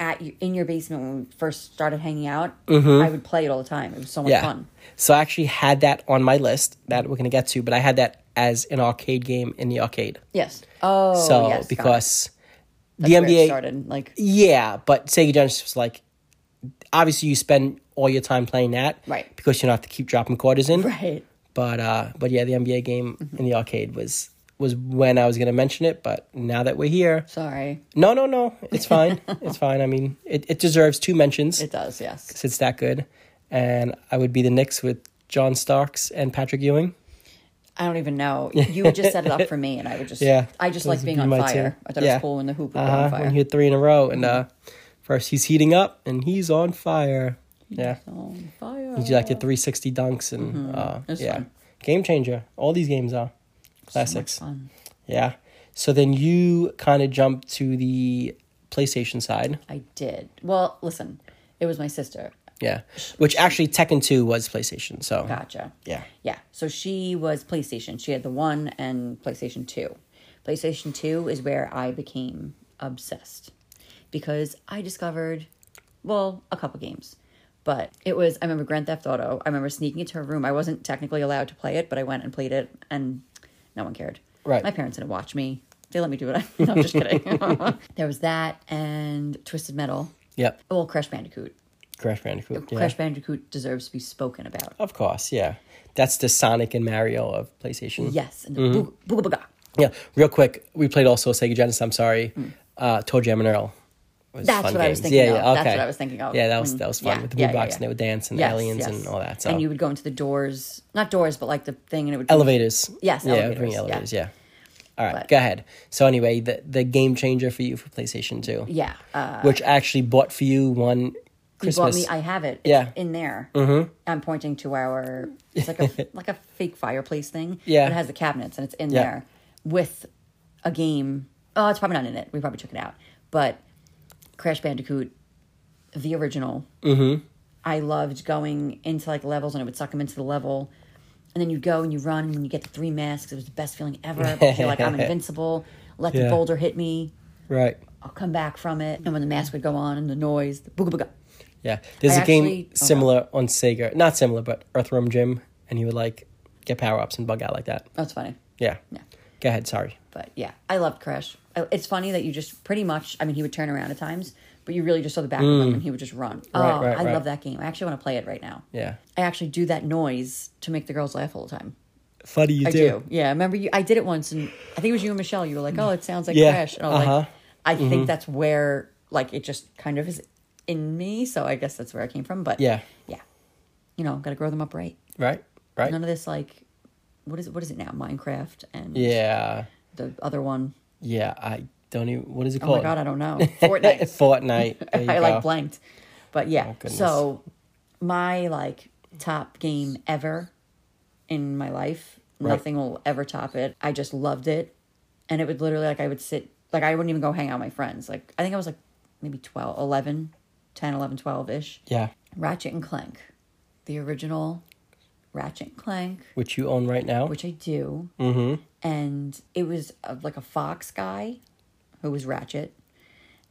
S5: at you, in your basement when we first started hanging out. I would play it all the time. It was so much
S2: Mm-hmm. yeah.
S5: fun.
S2: So I actually had that on my list that we're gonna get to, but I had that as an arcade game in the arcade.
S5: Yes. Oh.
S2: so
S5: yes, got it.
S2: because the
S5: That's where it
S2: NBA
S5: started like
S2: Yeah, but Sega Genesis was like, obviously you spend all your time playing that,
S5: Right.
S2: Because you don't have to keep dropping quarters in,
S5: right.
S2: But uh, but yeah, the NBA game
S5: Mm-hmm.
S2: in the arcade was was when I was gonna mention it, but now that we're here,
S5: Sorry.
S2: no, no, no, it's
S5: <laughs>
S2: fine, it's fine. I mean, it, it deserves two mentions.
S5: It does. Yes.
S2: it's that good, and I would be the Knicks with John Starks and Patrick Ewing.
S5: I don't even know. You would just set it up for me, and I would just.
S2: Yeah.
S5: I just
S2: Those
S5: like
S2: would
S5: being
S2: be
S5: on
S2: my
S5: fire.
S2: two.
S5: I thought it
S2: Yeah.
S5: was cool when the hoop would be
S2: Uh
S5: on
S2: huh.
S5: fire. Mm-hmm.
S2: When he had three in a row, and uh, first he's heating up, and he's on fire. Yeah.
S5: on fire.
S2: You do like the 360 dunks and uh,
S5: Mm-hmm. It's
S2: yeah,
S5: fun.
S2: game changer. All these games are classics.
S5: fun.
S2: Yeah. So then you kind of jump to the PlayStation side.
S5: I did. Well, listen, it was my sister.
S2: Yeah. Which actually Tekken 2 was PlayStation. So
S5: Gotcha.
S2: Yeah.
S5: Yeah. So she was PlayStation. She had the one and PlayStation 2. PlayStation 2 is where I became obsessed because I discovered, well, a couple games. But it was, I remember Grand Theft Auto. I remember sneaking into her room. I wasn't technically allowed to play it, but I went and played it, and no one cared.
S2: Right.
S5: My parents didn't watch me. They let me do what I. <laughs> No,
S2: <laughs>
S5: I'm just kidding. there was that and Twisted Metal.
S2: Yep.
S5: Well, Crash Bandicoot.
S2: Crash Bandicoot. Yeah.
S5: Crash Bandicoot deserves to be spoken about.
S2: Of course, yeah. That's the Sonic and Mario of PlayStation.
S5: Yes, and the
S2: Mm-hmm.
S5: boo booga booga.
S2: Yeah, real quick, we played also Sega Genesis. I'm sorry, uh, Toe Jam and Earl. was
S5: Mm. That's
S2: fun
S5: what I was
S2: games.
S5: thinking of. That's what I was thinking of
S2: Yeah, that was
S5: when-
S2: that was fun
S5: yeah,
S2: with the blue
S5: yeah, yeah,
S2: box
S5: yeah.
S2: and they would dance and
S5: Yes,
S2: aliens
S5: yes.
S2: and all that. So
S5: And you would go into the doors, not doors, but like the thing, and it would
S2: elevators.
S5: Yes,
S2: yeah, it would
S5: elevators,
S2: bring
S5: yeah.
S2: elevators. Yeah. All right,
S5: But-
S2: go ahead. So anyway, the the game changer for you for PlayStation Two.
S5: Yeah, uh,
S2: which I actually bought for you one
S5: you bought
S2: Christmas.
S5: me. I have it. It's
S2: Yeah.
S5: in there. Mm-hmm. I'm pointing to our. It's
S2: <laughs>
S5: like a like a fake fireplace thing.
S2: Yeah.
S5: but it has the cabinets and it's in
S2: Yeah.
S5: there with a game. Oh, it's probably not in it. We probably took it out. But Crash Bandicoot, the original. Mm-hmm. I loved going into like levels and it would suck them into the level. And then you go and you run and you get the three masks. It was the best feeling ever. But you're
S2: <laughs>
S5: like, I'm invincible. Let
S2: Yeah.
S5: the boulder hit me.
S2: right.
S5: I'll come back from it. And when the mask would go on and the noise, the booga booga.
S2: Yeah. There's a
S5: I
S2: game
S5: actually- oh,
S2: similar on Sega. Not similar, but Earthworm Jim, and he would like get power ups and bug out like that.
S5: That's funny.
S2: Yeah.
S5: Yeah.
S2: Go ahead. Sorry.
S5: But yeah, I loved Crash. I- It's funny that you just pretty much, I mean, he would turn around at times, but you really just saw the back of him and he would just run.
S2: Mm. Right,
S5: oh,
S2: right,
S5: I
S2: right.
S5: love that game. I actually want to play it right now.
S2: Yeah.
S5: I actually do that noise to make the girls laugh all the time.
S2: Funny you
S5: I do. Yeah, I remember you. I did it once, and I think it was you and Michelle. You were like, "Oh, it sounds like
S2: Yeah,
S5: Crash," and I was
S2: uh-huh.
S5: like, "I think that's where like it just kind of is in me." So I guess that's where I came from. But
S2: Yeah.
S5: yeah, you know, got to grow them up right.
S2: Right. Right.
S5: None of this like what is it? What is it now? Minecraft and
S2: yeah.
S5: the other one.
S2: Yeah. I don't even. What is it
S5: Oh
S2: called?
S5: my
S2: <laughs>
S5: god, I don't know. Fortnite. <laughs>
S2: Fortnite. There you go.
S5: I
S2: Oh,
S5: like blanked. But yeah.
S2: goodness.
S5: so my like top game ever in my life. Nothing will ever top it. I just loved it. And it would literally like I would sit like I wouldn't even go hang out with my friends. Like I think I was like maybe 12, 11, 10, 11, 12-ish.
S2: Yeah.
S5: Ratchet and Clank. The original Ratchet and Clank
S2: Which you own right now.
S5: which I do. Mm-hmm. And it was uh, like a fox guy who was Ratchet.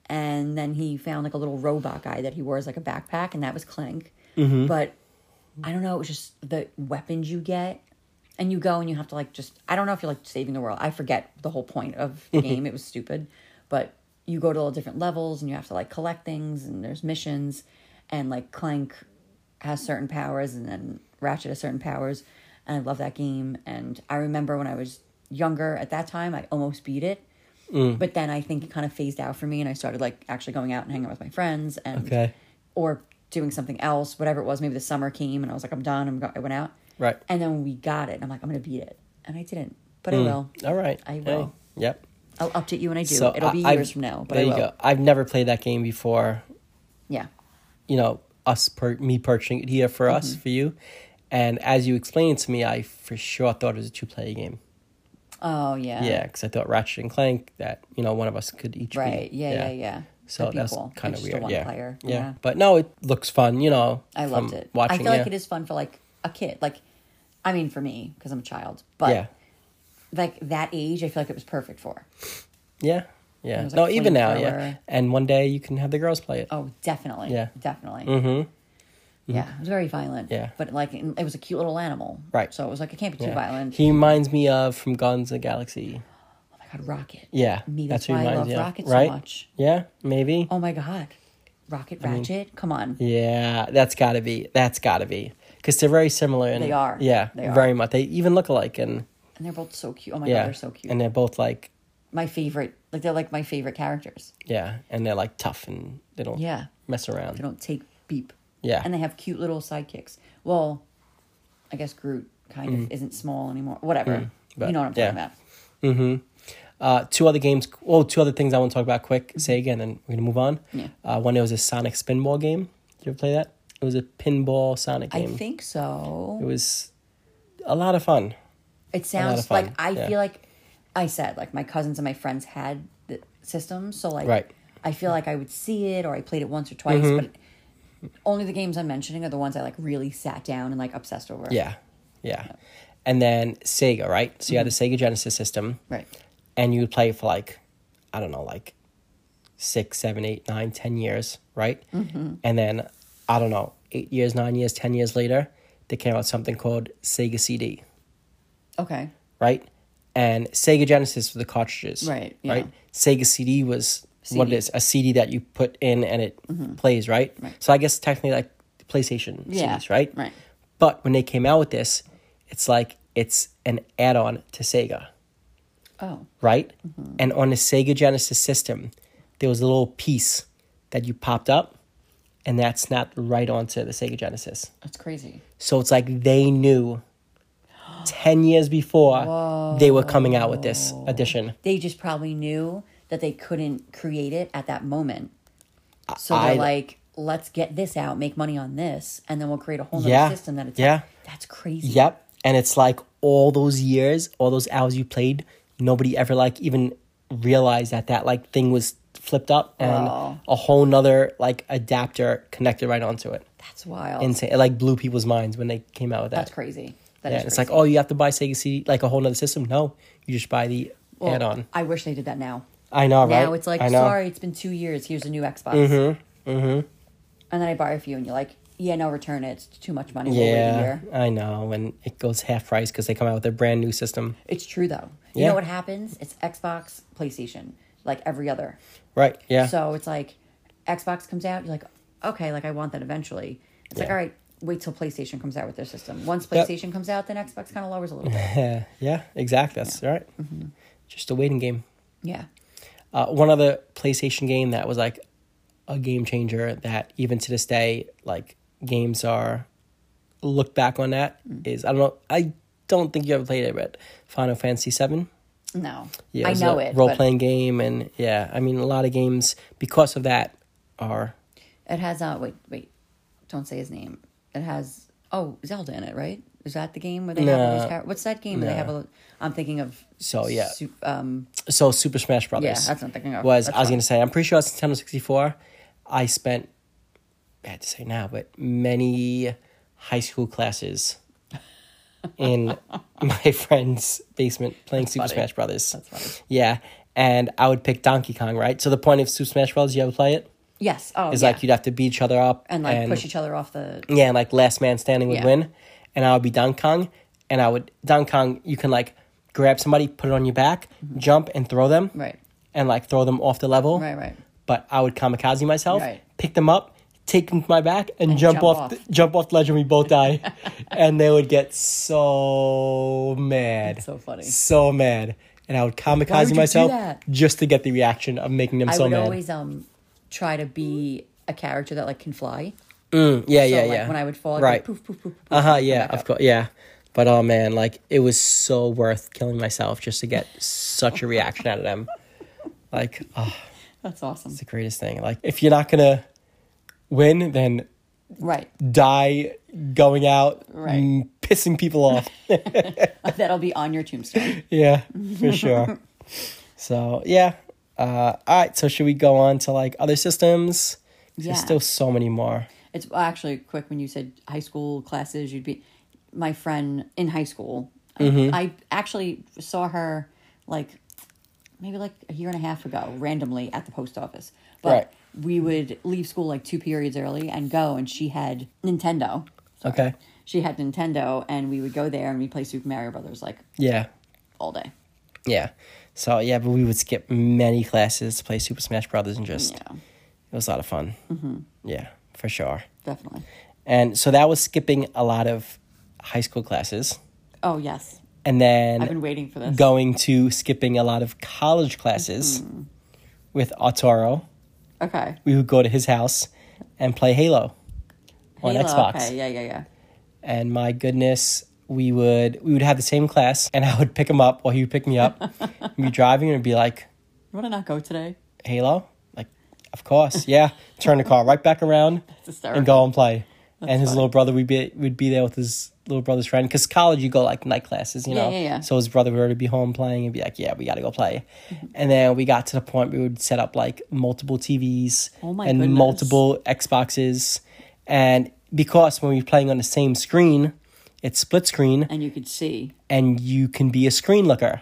S5: And then he found like a little robot guy that he wore as like a backpack, and that was Clank. But I don't know, it was just the weapons you get. And you go and you have to like just, I don't know if you're like saving the world. I forget the whole point of the game. It was stupid. But you go to all different levels and you have to like collect things, and there's missions. And like Clank has certain powers and then Ratchet has certain powers. And I love that game. And I remember when I was younger at that time, I almost beat it. But then I think it kind of phased out for me and I started like actually going out and hanging out with my friends and
S2: Okay.
S5: or doing something else, whatever it was. Maybe the summer came and I was like, I'm done. I'm go- I went out.
S2: Right.
S5: And then we got it. And I'm like, I'm going to beat it. And I didn't, but
S2: Hmm.
S5: I will.
S2: All right.
S5: I
S2: Hey.
S5: will.
S2: Yep.
S5: I'll update you when I do.
S2: So
S5: It'll be
S2: I- I've-
S5: years from now, but
S2: there
S5: I
S2: you
S5: will.
S2: go. I've never played that game before.
S5: Yeah.
S2: you know us per- me purchasing it here for
S5: Mm-hmm.
S2: us for you and as you explained it to me i for sure thought it was a two-player game
S5: Oh, yeah.
S2: yeah because i thought ratchet and clank that you know one of us could each be-
S5: Right. Yeah. Yeah. Yeah.
S2: so
S5: That'd be
S2: that's
S5: cool. It's
S2: kind of
S5: just a
S2: weird yeah.
S5: one-player.
S2: yeah but no it looks fun you know
S5: I
S2: from
S5: loved it.
S2: watching
S5: I feel
S2: yeah.
S5: like it is fun for like a kid. Like, I mean, for me because I'm a child, but
S2: yeah
S5: like that age, I feel like it was perfect for.
S2: yeah yeah
S5: was
S2: no
S5: like
S2: even now yeah
S5: flamethrower.
S2: and one day you can have the girls play it
S5: Oh, definitely.
S2: Yeah.
S5: definitely. Mm-hmm. Yeah, it was very violent.
S2: Yeah.
S5: but like it was a cute little animal.
S2: Right.
S5: So it was like it can't be too
S2: yeah.
S5: violent.
S2: he reminds me of from guns of galaxy
S5: oh my god, Rocket.
S2: yeah
S5: Me, that's
S2: who he
S5: why I
S2: reminds
S5: love
S2: me of,
S5: Rocket so
S2: right?
S5: much.
S2: yeah maybe
S5: Oh my god, Rocket Ratchet. Come on.
S2: Yeah, that's got to be. That's got to be because they're very similar. And,
S5: They are.
S2: Yeah,
S5: They are.
S2: very much. They even look alike, and
S5: And they're both so cute. Oh my
S2: yeah,
S5: god, they're so cute.
S2: And they're both like,
S5: my favorite. Like they're like my favorite characters.
S2: yeah, and they're like tough, and they don't
S5: Yeah.
S2: mess around.
S5: They don't take beep.
S2: Yeah.
S5: And they have cute little sidekicks. Well, I guess Groot kind of isn't small anymore. Whatever.
S2: Mm-hmm. but-
S5: you know what I'm
S2: yeah.
S5: talking about.
S2: Uh, two other games. Oh, two other things I want to talk about quick. Say again, and we're gonna move on.
S5: Mm-hmm. Yeah.
S2: Uh, one it was a Sonic spinball game. Did you ever play that? It was a pinball Sonic
S5: I
S2: game.
S5: think
S2: it
S5: so.
S2: was a lot of fun.
S5: It
S2: of
S5: sounds
S2: fun,
S5: like I
S2: yeah.
S5: feel like I said like my cousins and my friends had the system, so like
S2: Right. Mm-hmm.
S5: I feel like I would see it or I played it once or twice, but only the games I'm mentioning are the ones I like really sat down and like obsessed over.
S2: Yeah, yeah. And then Sega, right? So you had the Sega Genesis system.
S5: Right.
S2: and you would play for like i don't know like six seven eight nine ten years right and then i don't know eight years nine years ten years later they came out with something called sega cd
S5: Okay.
S2: right and sega genesis for the cartridges
S5: Right, yeah.
S2: right sega cd was what it is a CD that you put in and it
S5: Mm-hmm.
S2: plays, right? So I guess technically like PlayStation
S5: Yeah,
S2: CDs, right?
S5: right.
S2: But when they came out with this, it's like it's an add-on to Sega,
S5: Oh,
S2: right? And on the Sega Genesis system, there was a little piece that you popped up, and that's not right onto the Sega Genesis.
S5: that's crazy.
S2: So it's like they knew. 10 years before they were coming out with this edition.
S5: They just probably knew that they couldn't create it at that moment. So
S2: I-
S5: they're like, let's get this out, make money on this, and then we'll create a whole nother
S2: Yeah,
S5: system that it's
S2: yeah.
S5: like, that's crazy.
S2: Yep. And it's like all those years, all those hours you played, nobody ever like even realized that that like thing was flipped up and a whole nother like adapter connected right onto it.
S5: That's wild.
S2: Insane. It like blew people's minds when they came out with that.
S5: that's crazy. That
S2: Yeah,
S5: is
S2: and it's like,
S5: crazy.
S2: oh, you have to buy Sega CD, like a whole nother system. No, you just buy the
S5: Well,
S2: add-on.
S5: I wish they did that now.
S2: I know, right?
S5: Now it's like,
S2: I know.
S5: sorry, it's been two years. Here's a new Xbox. Mm-hmm. Mm-hmm. And then I borrow a few, and you're like, yeah, no, return it. It's too much money. We'll wait a
S2: Yeah,
S5: year.
S2: I know, and it goes half price because they come out with a brand new system,
S5: It's true though. You
S2: Yeah.
S5: know what happens? It's Xbox, PlayStation, like every other.
S2: right? Yeah.
S5: So it's like Xbox comes out, you're like, okay, like I want that eventually. It's like, all right, wait till PlayStation comes out with their system. Once
S2: Yep.
S5: PlayStation comes out, then Xbox kind of lowers a
S2: <laughs>
S5: little bit.
S2: yeah, exactly. That's right.
S5: Mm-hmm.
S2: Just a waiting game.
S5: yeah.
S2: Uh, one other PlayStation game that was like a game changer that even to this day, like games are looked back on that is
S5: Mm.
S2: I don't know I don't think you ever played it, but Final Fantasy Seven.
S5: No.
S2: Yeah,
S5: I
S2: was
S5: know
S2: a
S5: it.
S2: Role
S5: but
S2: playing game and yeah, I mean a lot of games because of that are
S5: It has uh wait, wait. Don't say his name. It has oh, Zelda in it, right? Is that the game where they have all
S2: No.
S5: these characters? What's that game where they have a I'm thinking of
S2: So, yeah.
S5: Sup- um
S2: so Super Smash Brothers.
S5: that's what I'm thinking of.
S2: Was
S5: That's
S2: I was
S5: fine.
S2: gonna say I'm pretty sure it's Nintendo 64. I spent bad to say now, but many high school
S5: <laughs>
S2: classes in my friend's basement playing Super
S5: funny.
S2: Smash Brothers.
S5: That's funny.
S2: Yeah, and I would pick Donkey Kong, right? So the point of Super Smash Brothers, you ever play it?
S5: Yes. Oh
S2: Is
S5: yeah.
S2: like you'd have to beat each other up
S5: and like push each other off the
S2: yeah, and like last man standing would
S5: Yeah.
S2: win, and I would be Donkey Kong, and I would Donkey Kong. You can like grab somebody, put it on your back, jump and throw them,
S5: Right.
S2: and like throw them off the level,
S5: Right, right.
S2: But I would kamikaze myself,
S5: Right.
S2: pick them up, take them to my back, and, jump,
S5: jump
S2: off,
S5: off.
S2: The, jump off the ledge, and we both
S5: <laughs>
S2: die, and they would get so mad,
S5: That's so funny.
S2: so mad. And I would kamikaze
S5: you do
S2: myself
S5: that?
S2: just to get the reaction of making them
S5: I
S2: so
S5: would
S2: mad.
S5: always um try to be a character that like can fly.
S2: yeah, yeah,
S5: so, like,
S2: yeah.
S5: When I would fall, I'd
S2: right?
S5: right. poof, poof, poof, poof.
S2: Uh huh. Yeah. Of course. Yeah. But oh man, like it was so worth killing myself just to get such a reaction out of them. Like, oh,
S5: That's awesome.
S2: the greatest thing. Like, if you're not gonna win, then
S5: Right.
S2: die going out,
S5: Right.
S2: mm, pissing people
S5: <laughs>
S2: off.
S5: That'll be on your tombstone.
S2: yeah, for
S5: <laughs>
S2: sure. so yeah. Uh, all right. So should we go on to like other systems? 'Cause
S5: Yeah.
S2: There's still so many more.
S5: It's actually quick when you said high school classes, you'd be my friend in high school.
S2: Mm-hmm.
S5: I, I actually saw her like maybe like a year and a half ago randomly at the post office. But
S2: Right.
S5: we would leave school like two periods early and go, and she had Nintendo.
S2: Okay.
S5: She had Nintendo, and we would go there and we play Super Mario Brothers like
S2: Yeah.
S5: all day.
S2: Yeah. So yeah, but we would skip many classes to play Super Smash Brothers and just
S5: Yeah,
S2: it was a lot of fun. Mm-hmm. Yeah, for sure.
S5: definitely.
S2: And so that was skipping a lot of high school classes,
S5: Oh yes,
S2: and then
S5: I've been waiting for this.
S2: going to skipping a lot of college classes
S5: Mm-hmm.
S2: with Arturo.
S5: Okay.
S2: We would go to his house and play Halo on
S5: Halo,
S2: Xbox.
S5: Okay. Yeah, yeah, yeah.
S2: and my goodness we would we would have the same class and i would pick him up or he would pick me
S5: <laughs>
S2: up and be driving and it'd be like
S5: You want to not go today?
S2: Halo? Like, of course, yeah. Turn the car right back around
S5: hysterical.
S2: and go and play. and his little brother would be would be there with his little brother's friend because college you go like night classes, you
S5: Yeah,
S2: know.
S5: yeah, yeah.
S2: So his brother would already be home playing and be like, "Yeah, we got to go play."
S5: Mm-hmm.
S2: And then we got to the point we would set up like multiple TVs
S5: Oh my
S2: and
S5: goodness.
S2: multiple Xboxes, and because when we're playing on the same screen, it's split screen,
S5: And you could see.
S2: and you can be a screen looker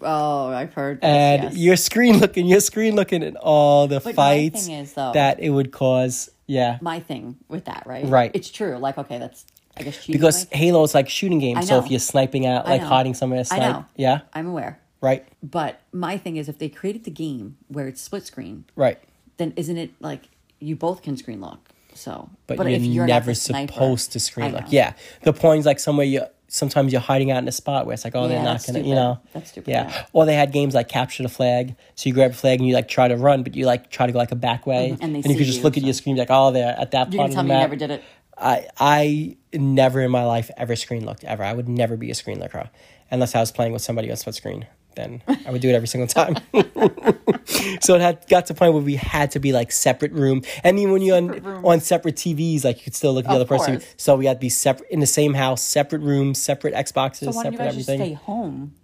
S5: Oh, I've heard. this,
S2: and
S5: yes.
S2: you're screen looking, you're screen looking at all the
S5: But my thing
S2: fights
S5: is, though-
S2: that it would cause. Yeah,
S5: my thing with that, right?
S2: Right.
S5: It's true. Like, okay, that's I guess cheating.
S2: because
S5: like-
S2: Halo is like shooting game,
S5: I
S2: so if
S5: know.
S2: you're sniping out,
S5: I
S2: like
S5: know.
S2: hiding somewhere,
S5: I
S2: snipe.
S5: know.
S2: Yeah,
S5: I'm aware.
S2: Right.
S5: But my thing is, if they created the game where it's split screen,
S2: Right.
S5: then isn't it like you both can screen lock? So,
S2: But,
S5: if
S2: you're,
S5: not
S2: never
S5: the sniper-
S2: supposed to
S5: I
S2: screen like
S5: know.
S2: yeah. The point is like somewhere you sometimes you're hiding out in a spot where it's like oh they're
S5: Yeah,
S2: not
S5: that's
S2: gonna you
S5: stupid.
S2: know
S5: That's stupid,
S2: yeah.
S5: yeah.
S2: Or they had games like capture the flag, so you grab a flag and you like try to run, but you like try to go like a back way,
S5: Mhm, and they
S2: you
S5: see
S2: could just
S5: you,
S2: look at your screen like oh they're at that
S5: You're
S2: part
S5: gonna
S2: of
S5: tell
S2: the
S5: me you
S2: map.
S5: never did it?
S2: I I never in my life ever screen looked ever. I would never be a screen looker unless I was playing with somebody on split screen. Then I would do it every single time.
S5: <laughs>
S2: so it had got to a point where we had to be like separate room. And even when you're on, on separate TVs, like you could still look at the
S5: Of
S2: other person.
S5: course.
S2: So we had to be separate in the same house, separate rooms, separate Xboxes,
S5: So why don't
S2: separate
S5: you guys just stay
S2: everything.
S5: home?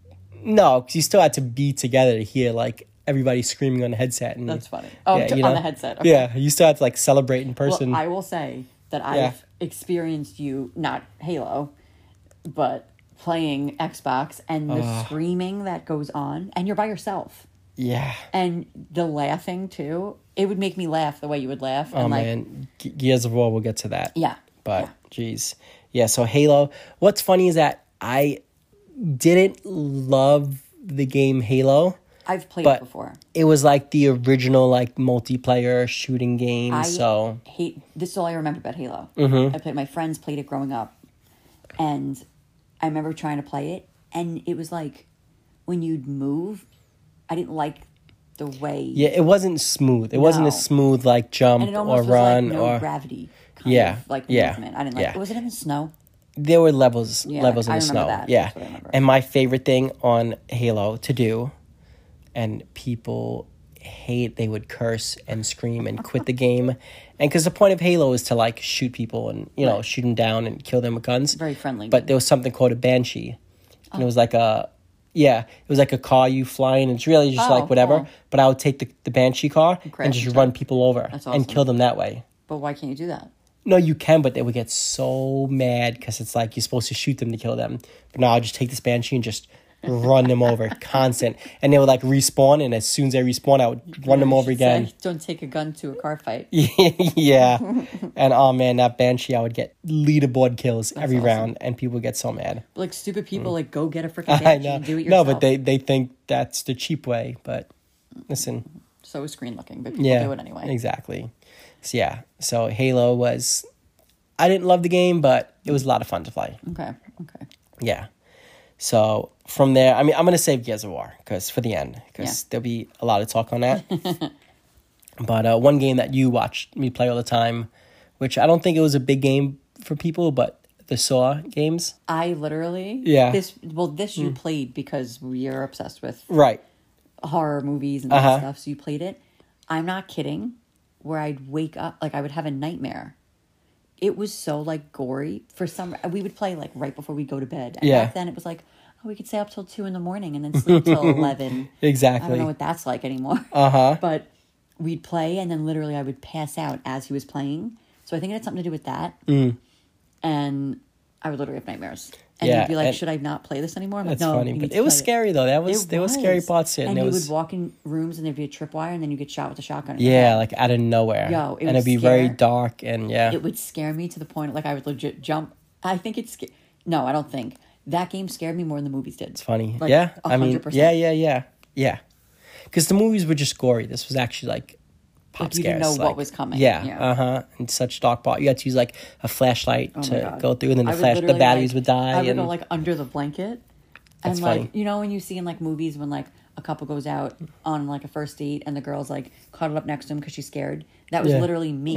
S2: No, because you still had to be together to hear like everybody screaming on the headset. And
S5: That's funny. Oh,
S2: Yeah,
S5: to-
S2: you
S5: on
S2: know.
S5: the headset. Okay.
S2: Yeah, you still had to like celebrate in person.
S5: Well, I will say that I've experienced you not Halo, but playing Xbox and the screaming that goes on, and you're by yourself,
S2: yeah.
S5: and the laughing too. It would make me laugh the way you would laugh, and
S2: Oh
S5: like
S2: man, Ge- Gears of War. We'll get to that.
S5: Yeah,
S2: but
S5: yeah.
S2: geez, yeah. So Halo. What's funny is that I didn't love the game Halo.
S5: I've played
S2: But
S5: it before.
S2: It was like the original like multiplayer shooting game.
S5: I
S2: so
S5: hate this is all I remember about Halo. Mm-hmm. I played my friends played it growing up, and I remember trying to play it, and it was like when you'd move, I didn't like the way
S2: yeah, it wasn't smooth. It wasn't a
S5: No.
S2: smooth like jump
S5: and it
S2: or
S5: almost was
S2: run
S5: like no
S2: or
S5: gravity. Kind
S2: Yeah,
S5: of, like
S2: yeah,
S5: movement. I didn't like.
S2: yeah.
S5: Was it even snow?
S2: there were levels
S5: Yeah,
S2: levels
S5: I
S2: in the
S5: remember
S2: snow.
S5: that.
S2: Yeah.
S5: That's what I remember.
S2: And my favorite thing on Halo to do and people hate they would curse and scream and quit the game.
S5: <laughs>
S2: And cuz the point of Halo is to like shoot people and you know
S5: Right.
S2: shoot them down and kill them with guns.
S5: Very friendly
S2: But
S5: game. Oh.
S2: there was something called a banshee. And it was like a yeah, it was like a car you fly in. It's really just
S5: Oh,
S2: like whatever.
S5: cool.
S2: But I would take the, the banshee car and
S5: Crash
S2: just
S5: into
S2: run people over
S5: That's
S2: and
S5: awesome.
S2: kill them that way.
S5: But why can't you do that?
S2: No, you can, but they would get so mad because it's like you're supposed to shoot them to kill them. But no, I'll just take this banshee and
S5: <laughs>
S2: just run them over constant. And they would like respawn, and as soon as they respawn, I would run them
S5: You
S2: over
S5: should say,
S2: again.
S5: Don't take a gun to a car fight.
S2: <laughs>
S5: <laughs>
S2: yeah. And oh man, that banshee, I would get leaderboard kills every
S5: awesome.
S2: round, and people get so mad.
S5: Like stupid people, like go get a freaking
S2: Mm-hmm. <laughs> I
S5: banshee
S2: know.
S5: and do it
S2: No,
S5: yourself.
S2: but they, they think that's the cheap way, but listen.
S5: so screen looking, but people do it anyway.
S2: Exactly. So yeah. So Halo was I didn't love the game, but it was a lot of fun to play.
S5: Okay, okay.
S2: Yeah. So from there, I mean, I'm gonna save Gears of War because for the end, because
S5: Yeah.
S2: there'll be a lot of talk on
S5: <laughs>
S2: that. but uh, one game that you watched me play all the time, which I don't think it was a big game for people, but the Saw games,
S5: I literally
S2: Yeah.
S5: this well this you played because we are obsessed with
S2: right?
S5: horror movies and that
S2: Uh-huh.
S5: stuff so you played it. I'm not kidding where I'd wake up like I would have a nightmare. It was so like gory for some we would play like right before we go to bed. And
S2: Yeah.
S5: back then it was like oh we could stay up till 2 in the morning and then
S2: <laughs>
S5: sleep till 11. I
S2: Exactly.
S5: don't know what that's like anymore. Uh-huh. <laughs> But we'd play and then literally I would pass out as he was playing. So I think it had something to do with that.
S2: Mm.
S5: And I would literally have nightmares. And
S2: Yeah,
S5: you'd be like,
S2: and-
S5: should I not play this anymore? I'm
S2: That's
S5: like, no,
S2: funny,
S5: you
S2: but
S5: need to
S2: it was
S5: play
S2: scary though. That was
S5: It
S2: there was scary
S5: was.
S2: parts in it. and
S5: And
S2: It
S5: you
S2: was
S5: would walk in rooms and there'd be a tripwire and then you get shot with a shotgun. in your
S2: yeah,
S5: head.
S2: like out of nowhere,
S5: Yo, it
S2: and
S5: would
S2: it'd be very
S5: scare-
S2: dark and yeah,
S5: it would scare me to the point like I would legit jump. I think it's sca- no, I don't think that game scared me more than the movies did. It's
S2: funny. yeah, I mean, yeah, yeah, yeah, yeah. Because the movies were just gory. This was actually like pop
S5: Like, you
S2: scares,
S5: didn't know what
S2: like-
S5: was coming.
S2: Yeah,
S5: Yeah. Oh
S2: uh huh. And such dark part. You had to use like a flashlight
S5: my
S2: to
S5: God.
S2: go through, and then the
S5: I would
S2: flash, the
S5: literally,
S2: batteries
S5: like-
S2: would die.
S5: I would
S2: and
S5: go like under the blanket,
S2: That's
S5: and like
S2: funny.
S5: you know when you see in like movies when like a couple goes out on like a first date and the girl's like cuddled up next to him because she's scared. That was
S2: Yeah. <laughs>
S5: literally me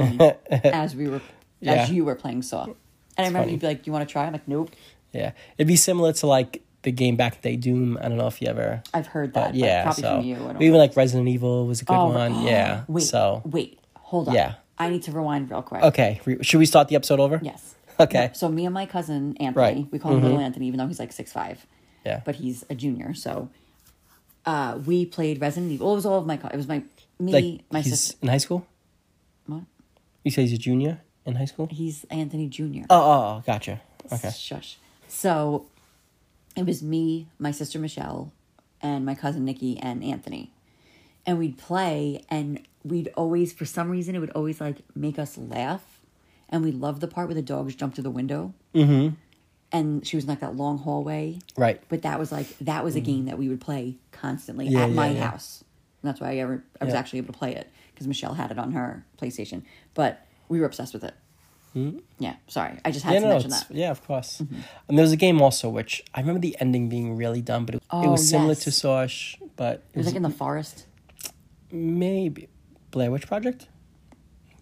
S5: as we were
S2: Yeah.
S5: as you were playing Saw. And I remember
S2: funny.
S5: you'd be like, "You want to try?" I'm like, "Nope."
S2: yeah, it'd be similar to like the game back in the day, Doom. I don't know if you ever.
S5: I've heard that.
S2: But
S5: but
S2: yeah,
S5: probably
S2: so
S5: from you. I don't
S2: even
S5: know.
S2: like Resident Evil was a good
S5: Oh,
S2: one.
S5: <gasps>
S2: yeah.
S5: Wait,
S2: so
S5: wait, hold on.
S2: Yeah.
S5: I need to rewind real quick.
S2: okay, re- should we start the episode over?
S5: Yes.
S2: Okay.
S5: So me and my cousin Anthony,
S2: Right. Mm-hmm.
S5: we call him Little Anthony, even though he's like six five.
S2: Yeah.
S5: But he's a junior, so uh, we played Resident Evil. It was all of my. co- It was my me,
S2: like
S5: my
S2: he's
S5: sister.
S2: in high school.
S5: What?
S2: You say he's a junior in high school?
S5: He's Anthony Junior.
S2: Oh, oh, oh, gotcha. Okay.
S5: Shush. So it was me, my sister Michelle, and my cousin Nikki and Anthony. And we'd play and we'd always for some reason it would always like make us laugh. And we loved the part where the dogs jumped through the window. Mm-hmm. and she was in like that long hallway.
S2: Right.
S5: But that was like that was a game that we would play constantly
S2: Mm. Yeah,
S5: at
S2: yeah,
S5: my
S2: yeah.
S5: house. And that's why I ever I was
S2: Yeah.
S5: actually able to play it because Michelle had it on her PlayStation. But we were obsessed with it. Yeah. Sorry, I just had
S2: Hmm? Yeah,
S5: to
S2: no,
S5: mention
S2: it's,
S5: that. Mm-hmm.
S2: yeah, of course. And there was a game also, which I remember the ending being really dumb, but it, it
S5: Oh,
S2: was similar
S5: yes.
S2: to Sosh, but it
S5: It was
S2: was,
S5: like in the forest.
S2: maybe Blair Witch Project.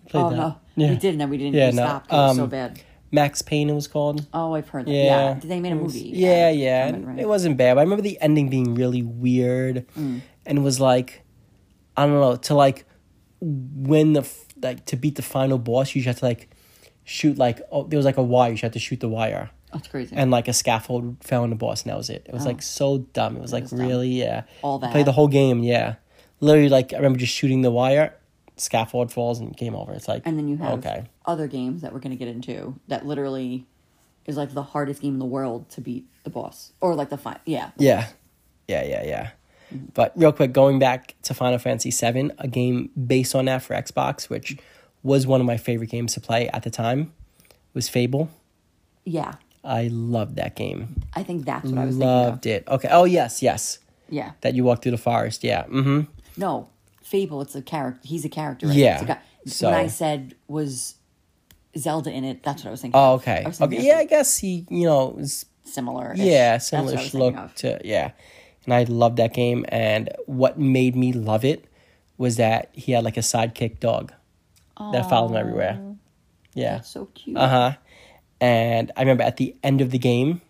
S2: We Played
S5: Oh
S2: that.
S5: no,
S2: yeah.
S5: we didn't. And we didn't
S2: Yeah,
S5: we
S2: no,
S5: stop. 'cause it was
S2: um,
S5: so bad.
S2: Max Payne, it was called.
S5: Oh, I've heard that.
S2: Yeah,
S5: Yeah. They made a
S2: It was-
S5: movie.
S2: Yeah, yeah.
S5: I
S2: and
S5: remember
S2: It wasn't bad. But I remember the ending being really weird,
S5: Mm.
S2: and it was like, I don't know, to like win the f- like to beat the final boss, you just had to like shoot like oh, there was like a wire, you just had to shoot the wire,
S5: That's crazy.
S2: and like a scaffold fell on the boss, and that was it. It was like so dumb. It was like
S5: Oh. was dumb.
S2: really yeah.
S5: All
S2: Play the
S5: that.
S2: whole game, yeah. Literally, like I remember just shooting the wire, scaffold falls, and game over. It's like
S5: And then you have
S2: okay,
S5: other games that we're going to get into that literally is like the hardest game in the world to beat the boss or like the final. Yeah.
S2: Yeah. Yeah, yeah, yeah. But real quick, going back to Final Fantasy VII, a game based on that for Xbox, which was one of my favorite games to play at the time, was Fable.
S5: Yeah.
S2: I loved that game.
S5: I think that's what I was
S2: loved
S5: thinking.
S2: it. Okay. Oh yes, yes.
S5: Of. Yeah.
S2: That you walk through the forest. Yeah. Mm-hmm.
S5: No, Fable. It's a character. He's a character. Right?
S2: Yeah,
S5: It's a guy.
S2: so-
S5: When I said was Zelda in it, that's what I was thinking.
S2: Oh,
S5: of.
S2: okay.
S5: I was thinking
S2: Okay.
S5: of
S2: Yeah, I guess he, you know, was
S5: Similar.
S2: yeah,
S5: That's what I was
S2: similar
S5: thinking
S2: look
S5: of.
S2: to yeah. And I loved that game and what made me love it was that he had like a sidekick dog that followed him everywhere. Yeah.
S5: Oh. That's so cute.
S2: Uh huh. And I remember at the end of the game,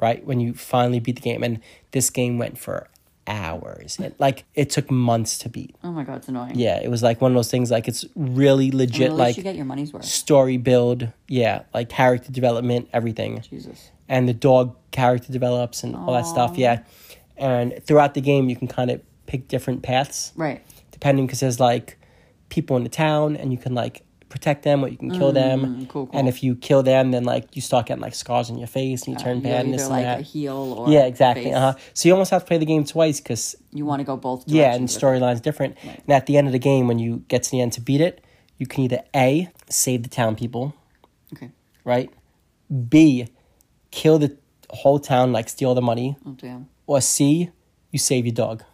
S2: right when you finally beat the game, and this game went for hours. It, like it took months to beat.
S5: Oh my god, it's annoying.
S2: Yeah, it was like one of those things. Like it's really
S5: I mean,
S2: legit.
S5: at least
S2: Like
S5: you get your money's worth.
S2: story build. Yeah, like character development, everything
S5: Jesus.
S2: and the dog character develops and all that stuff. Yeah, and throughout the game, you can kind of pick different paths,
S5: Right.
S2: depending because there's like people in the town, and you can like protect them or you can kill them.
S5: Mm, cool, cool.
S2: And if you kill them, then like you start getting like scars on your face and you turn
S5: You're
S2: bad and this
S5: either
S2: and
S5: like a
S2: that.
S5: heel or
S2: Yeah, exactly.
S5: face.
S2: Uh-huh. So you almost have to play the game twice because
S5: You want to go both. Directions
S2: yeah, and
S5: with it.
S2: storyline's different. And at the end of the game, when you get to the end to beat it, you can either a save the town people
S5: Okay.
S2: right? B, kill the whole town, like steal the money.
S5: Oh damn.
S2: Or C, you save your dog.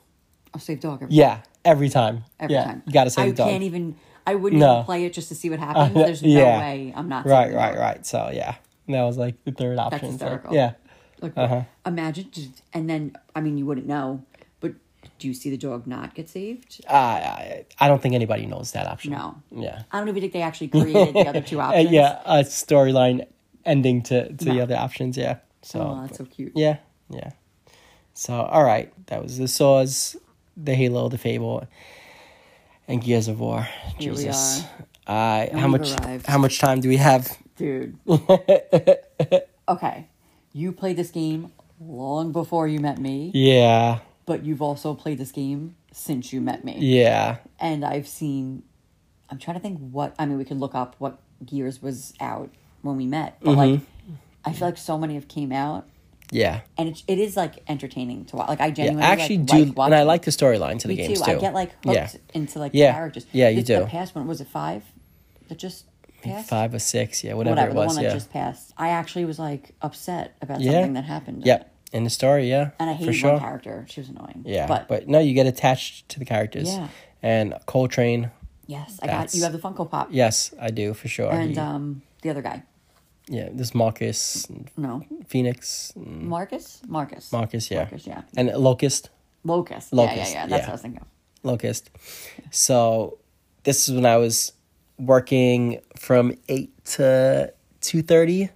S5: I'll save dog every,
S2: Yeah, every time.
S5: every
S2: yeah,
S5: time.
S2: You gotta save
S5: I
S2: the dog.
S5: can't even. I wouldn't
S2: No.
S5: even play it just to see what happens.
S2: Uh,
S5: There's no
S2: yeah.
S5: way I'm not.
S2: right,
S5: saving
S2: right,
S5: dog.
S2: right. So yeah, and that was like the third option. So,
S5: hysterical.
S2: yeah.
S5: Like,
S2: Uh-huh.
S5: imagine, just- and then I mean, you wouldn't know, but do you see the dog not get saved?
S2: Uh, I, I don't think anybody knows that option.
S5: No.
S2: Yeah.
S5: I don't even think they actually created the other two
S2: Uh, <laughs>
S5: options.
S2: yeah, a storyline ending to, to the
S5: No.
S2: other options. Yeah. So,
S5: Oh, that's so cute.
S2: Yeah, yeah. So, all right, that was the Saws, the Halo, the Fable, and Gears of War.
S5: Here we
S2: Jesus, I how
S5: we've
S2: much
S5: arrived.
S2: how much time do we have? <laughs>
S5: Dude. okay. You played this game long before you met me,
S2: Yeah,
S5: but you've also played this game since you met me.
S2: yeah,
S5: and I've seen. I'm trying to think what I mean. We could look up what Gears was out when we met, but
S2: Mm-hmm.
S5: like, I feel like so many have came out,
S2: yeah.
S5: and it, it is like entertaining to watch. Like I
S2: yeah.
S5: genuinely
S2: I actually
S5: like,
S2: do,
S5: like watching
S2: and I
S5: it.
S2: like the storyline to the
S5: Me
S2: games
S5: too.
S2: too.
S5: I get like hooked
S2: yeah,
S5: into like
S2: Yeah.
S5: the characters.
S2: Yeah, you
S5: This- The
S2: do.
S5: past one was it five? That just passed.
S2: five or six, yeah, whatever,
S5: Whatever,
S2: it was,
S5: the one
S2: yeah,
S5: that just passed. I actually was like upset about
S2: Yeah.
S5: something that happened. in
S2: yeah.
S5: it.
S2: In the story, yeah,
S5: And I
S2: for
S5: hated
S2: sure.
S5: one character. She was annoying.
S2: Yeah,
S5: But,
S2: but, no, you get attached to the characters.
S5: Yeah.
S2: And Coltrane,
S5: yes, I got
S2: That's-
S5: you have the Funko Pop.
S2: yes, I do for sure.
S5: And
S2: He-
S5: um the other guy.
S2: yeah, this Marcus, and
S5: No.
S2: Phoenix, and
S5: Marcus? Marcus.
S2: Mm. Marcus, yeah,
S5: Marcus, yeah.
S2: and Locust,
S5: Locust. Yeah, yeah,
S2: Locust,
S5: yeah. That's
S2: yeah.
S5: what I was thinking of.
S2: Locust. So this is when I was working from eight to two thirty,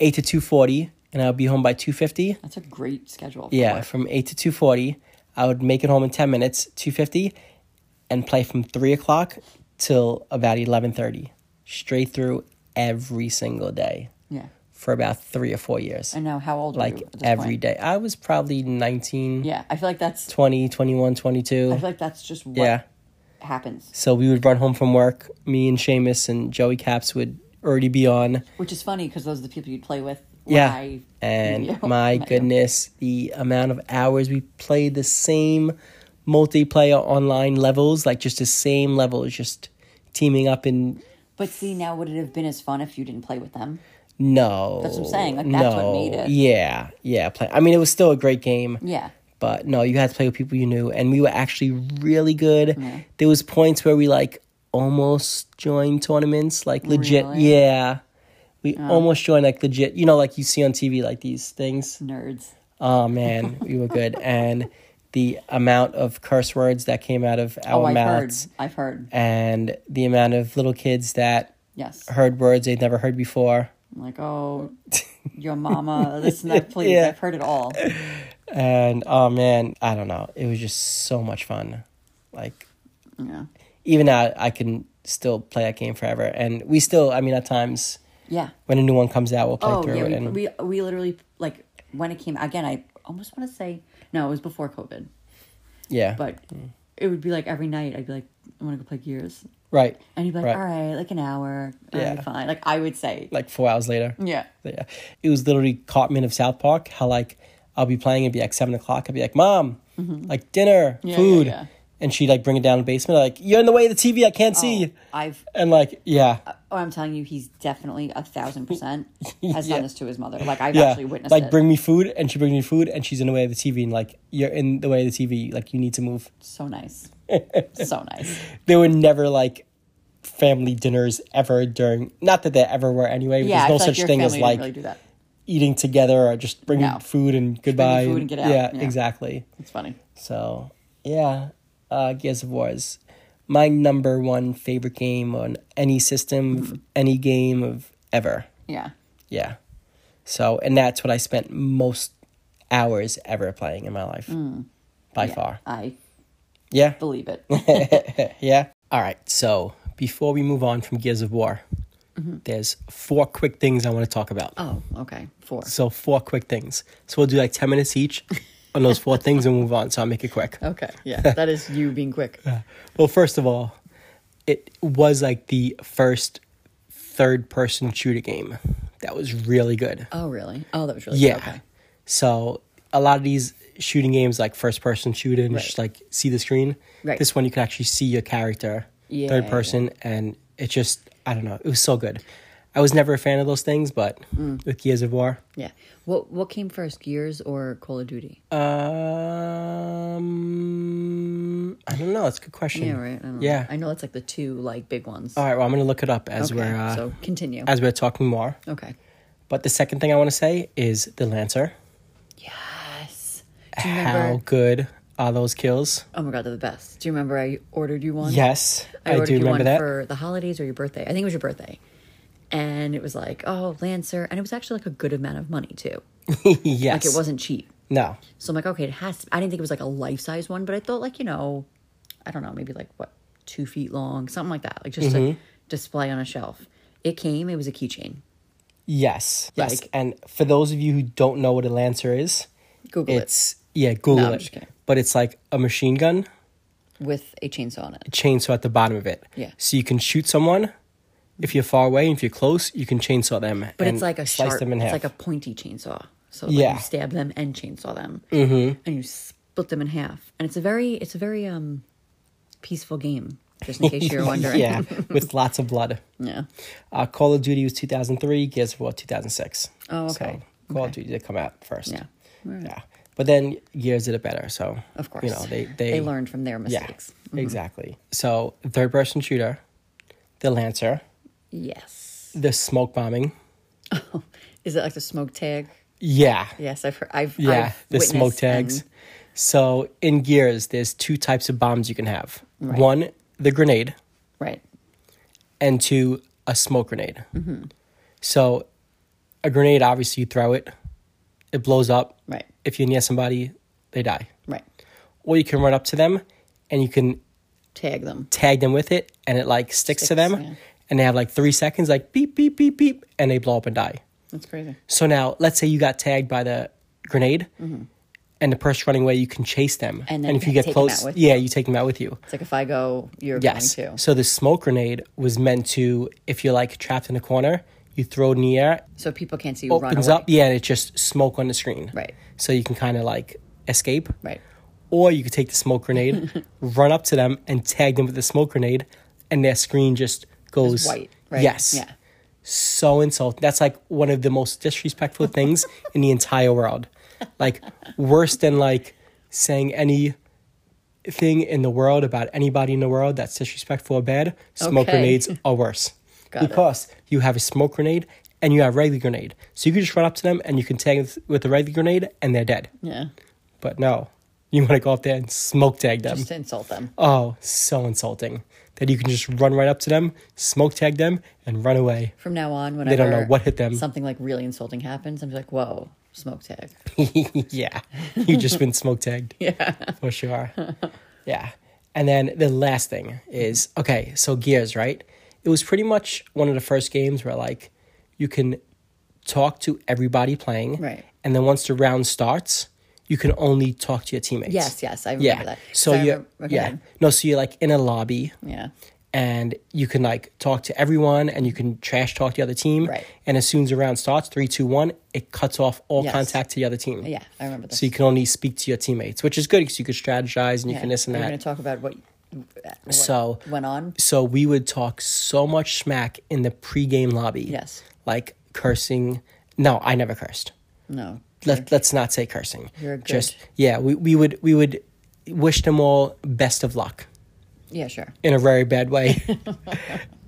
S2: eight to two forty, and I would be home by two fifty.
S5: That's a great schedule. for
S2: Yeah,
S5: work.
S2: from eight to two forty, I would make it home in ten minutes, two fifty, and play from three o'clock till about eleven thirty, straight through every single day
S5: Yeah.
S2: for about three or four years.
S5: And now how old are
S2: like
S5: you at this
S2: every
S5: point?
S2: day. I was probably 19,
S5: Yeah. I feel like that's
S2: 20, 21, 22.
S5: I feel like that's just what
S2: yeah.
S5: happens.
S2: So we would run home from work. Me and Seamus and Joey Caps would already be on.
S5: Which is funny because those are the people you'd play with. when
S2: Yeah.
S5: I
S2: and
S5: knew you.
S2: my
S5: <laughs> Met you.
S2: goodness, the amount of hours we played the same multiplayer online levels, like just the same levels, just teaming up and
S5: But see, now would it have been as fun if you didn't play with them?
S2: No.
S5: That's what I'm saying, like, that's what made it.
S2: Yeah, yeah. Play. I mean, it was still a great game.
S5: Yeah.
S2: But no, you had to play with people you knew, and we were actually really good. There was points where we like almost joined tournaments, like legit.
S5: Really? Oh.
S2: Yeah, we almost joined like legit. You know, like you see on TV, like these things.
S5: Nerds.
S2: Oh man, we were
S5: <laughs>
S2: good, and the amount of curse words that came out of
S5: Oh,
S2: our
S5: I've heard.
S2: mouths,
S5: I've heard.
S2: and the amount of little kids that
S5: Yes.
S2: heard words they'd never heard before.
S5: I'm like, oh, your mama, this and that,
S2: <laughs>
S5: please.
S2: Yeah.
S5: I've heard it all.
S2: And oh man, I don't know. It was just so much fun. Like
S5: Yeah.
S2: even now I can still play that game forever. And we still I mean at times
S5: Yeah.
S2: when a new one comes out we'll play
S5: Oh,
S2: through
S5: yeah.
S2: it
S5: We,
S2: and
S5: we, we literally, like, when it came, again, I almost want to say, no, it was before COVID,
S2: yeah.
S5: but it would be like every night, I'd be like, I want to go play Gears.
S2: right.
S5: And you'd be like,
S2: Right.
S5: all right, like an hour. Yeah.
S2: Yeah.
S5: fine. Like, I would say.
S2: Like four hours later.
S5: yeah.
S2: Yeah. It was literally Cartman of South Park, how like I'll be playing, it'd be like seven o'clock, I'd be like, Mom, like dinner,
S5: Mm-hmm. Yeah,
S2: food.
S5: yeah, yeah.
S2: And she'd like bring it down the basement, like, You're in the way of the TV, I can't see.
S5: I've
S2: And like, yeah.
S5: Oh, I'm telling you, he's definitely a thousand percent
S2: <laughs>
S5: has
S2: Yeah.
S5: done this to his mother. Like I've
S2: yeah,
S5: actually witnessed
S2: like
S5: it.
S2: bring me food, and she brings me food, and she's in the way of the TV, and like you're in the way of the TV, like you need to move. <laughs>
S5: so nice, so nice.
S2: There were never like family dinners ever during. Not that there ever were anyway.
S5: Yeah,
S2: there's no
S5: I feel like
S2: such
S5: your
S2: thing as
S5: family didn't
S2: like
S5: really do that.
S2: eating together or just bringing
S5: No.
S2: food and goodbye.
S5: food and get out,
S2: Yeah,
S5: yeah.
S2: exactly.
S5: It's funny.
S2: So yeah, uh, Gears of War is my number one favorite game on any system, of any game of ever.
S5: Yeah,
S2: Yeah. So, and that's what I spent most hours ever playing in my life. By far.
S5: I
S2: Yeah.
S5: believe it.
S2: Yeah. All right. So, before we move on from Gears of War, there's four quick things I want to talk about.
S5: <laughs> oh, okay, four.
S2: So, four quick things. So, we'll do like 10 minutes each on those four things and move on. So, I'll make it quick.
S5: Okay,
S2: <laughs>
S5: yeah, that is you being quick.
S2: Well, first of all, it was like the first third person shooter game that was really good.
S5: Oh, really? Oh, that was really
S2: Yeah.
S5: Good. Okay.
S2: So a lot of these shooting games, like first person shooting,
S5: Right.
S2: just like see the screen.
S5: Right.
S2: This one you could actually see your character,
S5: Yeah,
S2: third person, and it just I don't know, it was so good. I was never a fan of those things, but
S5: Mm.
S2: with Gears of War,
S5: Yeah. What What came first, Gears or Call of Duty?
S2: um, I don't know. That's a good question.
S5: yeah, right. I don't know.
S2: yeah.
S5: I know that's like the two like big ones.
S2: All right. Well, I'm gonna look it up as
S5: okay,
S2: we're uh,
S5: so continue.
S2: as we're talking more.
S5: okay.
S2: But the second thing I want to say is the Lancer.
S5: Yes. Do you remember?
S2: How good are those kills?
S5: Oh my god, they're the best. Do you remember I ordered you one?
S2: Yes, I,
S5: Um, ordered
S2: do
S5: you
S2: remember
S5: one
S2: that. <laughs>
S5: for the holidays or your birthday. I think it was your birthday. And it was like, oh, Lancer. And it was actually like a good amount of money too.
S2: yes,
S5: Like it wasn't cheap.
S2: No.
S5: So I'm like, okay, it has to I didn't think it was like a life size one, but I thought like, you know, I don't know, maybe like what, two feet long, something like that. Like just
S2: Mm-hmm.
S5: to display on a shelf. It came, it was a keychain.
S2: Yes. Yes.
S5: Like-
S2: and for those of you who don't know what a lancer is,
S5: Google
S2: it's yeah, Google
S5: No, I'm just
S2: it.
S5: kidding.
S2: But it's like a machine gun,
S5: it with a chainsaw on it.
S2: chainsaw at the bottom of it.
S5: Yeah.
S2: So you can shoot someone. If you're far away and if you're close, you can chainsaw them.
S5: But
S2: and
S5: it's like a
S2: slice
S5: sharp,
S2: them in
S5: it's
S2: half.
S5: like a pointy chainsaw. So like,
S2: Yeah.
S5: you stab them and chainsaw them, mm-hmm. and you split them in half. And it's a very, it's a very um, peaceful game. Just in case you're
S2: <laughs>
S5: wondering.
S2: yeah,
S5: <laughs>
S2: with lots of blood.
S5: Yeah.
S2: Uh, Call of Duty was 2003, Gears of War 2006.
S5: Oh, okay.
S2: So Call of Duty did come out first.
S5: Yeah.
S2: Yeah. But then Gears did it better. So,
S5: Of course.
S2: you know, they, they,
S5: learned from their
S2: Yeah,
S5: mistakes. Mm-hmm.
S2: exactly. So, third person shooter, the Lancer,
S5: Yes.
S2: the smoke bombing.
S5: Is it like the smoke tag?
S2: Yeah.
S5: Yes, I've heard. I've
S2: Yeah.
S5: I've
S2: the smoke
S5: witnessed
S2: tags.
S5: and-
S2: So, in Gears, there's two types of bombs you can have one, the grenade,
S5: right.
S2: and two, a smoke grenade. So, a grenade, obviously, you throw it, it blows up.
S5: Right.
S2: If you near somebody, they die.
S5: Right.
S2: Or you can run up to them and you can
S5: Tag them.
S2: tag them with it and it like sticks, to
S5: Sticks,
S2: them
S5: yeah.
S2: and they have like three seconds like beep beep beep beep and they blow up and die
S5: That's crazy.
S2: so now let's say you got tagged by the grenade and the person running away you can chase them
S5: Mm-hmm. And then
S2: if you
S5: take
S2: get
S5: them out
S2: close
S5: with
S2: yeah you take them out with you
S5: It's like if I go, you're
S2: yes
S5: going too.
S2: so the smoke grenade was meant to if you're like trapped in a corner you throw it in the air
S5: So people can't see you run
S2: opens
S5: away.
S2: up yeah and it's just smoke on the screen
S5: Right.
S2: so you can kind of like escape
S5: Right.
S2: or you could take the smoke
S5: <laughs>
S2: grenade, run up to them, and tag them with the smoke grenade, and their screen just goes
S5: White. Right.
S2: Yes.
S5: Yeah.
S2: so insulting. That's like one of the most
S5: <laughs>
S2: disrespectful things in the entire world. Like worse than like saying anything in the world about anybody in the world that's disrespectful or bad. Smoke
S5: Okay.
S2: grenades are worse.
S5: <laughs> Got it.
S2: because you have a smoke grenade and you have a regular grenade. So you can just run up to them and you can tag with- with a regular grenade and they're dead.
S5: Yeah.
S2: But no, you want to go up there and smoke tag them.
S5: Just to insult them.
S2: Oh, so insulting that you can just run right up to them, smoke tag them, and run away.
S5: From now on, whenever
S2: They don't know what hit them.
S5: something like really insulting happens, I'm just like, whoa, smoke tag. <laughs>
S2: yeah, <laughs> you've just been smoke tagged. Yeah, for sure. Yeah, and then the last thing is okay. So Gears, right? It was pretty much one of the first games where like you can talk to everybody playing,
S5: Right.
S2: And then once the round starts, you can only talk to your teammates.
S5: Yes, yes, I remember
S2: yeah.
S5: that. 'Cause
S2: So
S5: I
S2: you,
S5: remember- okay.
S2: yeah, no, so you're like in a lobby,
S5: Yeah.
S2: and you can like talk to everyone and you can trash talk the other team.
S5: Right.
S2: And as soon as the round starts, three, two, one, it cuts off all
S5: Yes.
S2: contact to the other team.
S5: Yeah, I remember this.
S2: So you can only speak to your teammates, which is good because you can strategize and you
S5: yeah.
S2: can this and
S5: We're
S2: that.
S5: going to talk about what, what
S2: So-
S5: went on.
S2: so we would talk so much smack in the pregame lobby.
S5: Yes.
S2: Like cursing. No, I never cursed.
S5: No.
S2: Let, let's not say cursing.
S5: You're good.
S2: Just yeah, we, we would we would wish them all best of luck.
S5: Yeah, sure.
S2: in a very bad
S5: <laughs>
S2: way.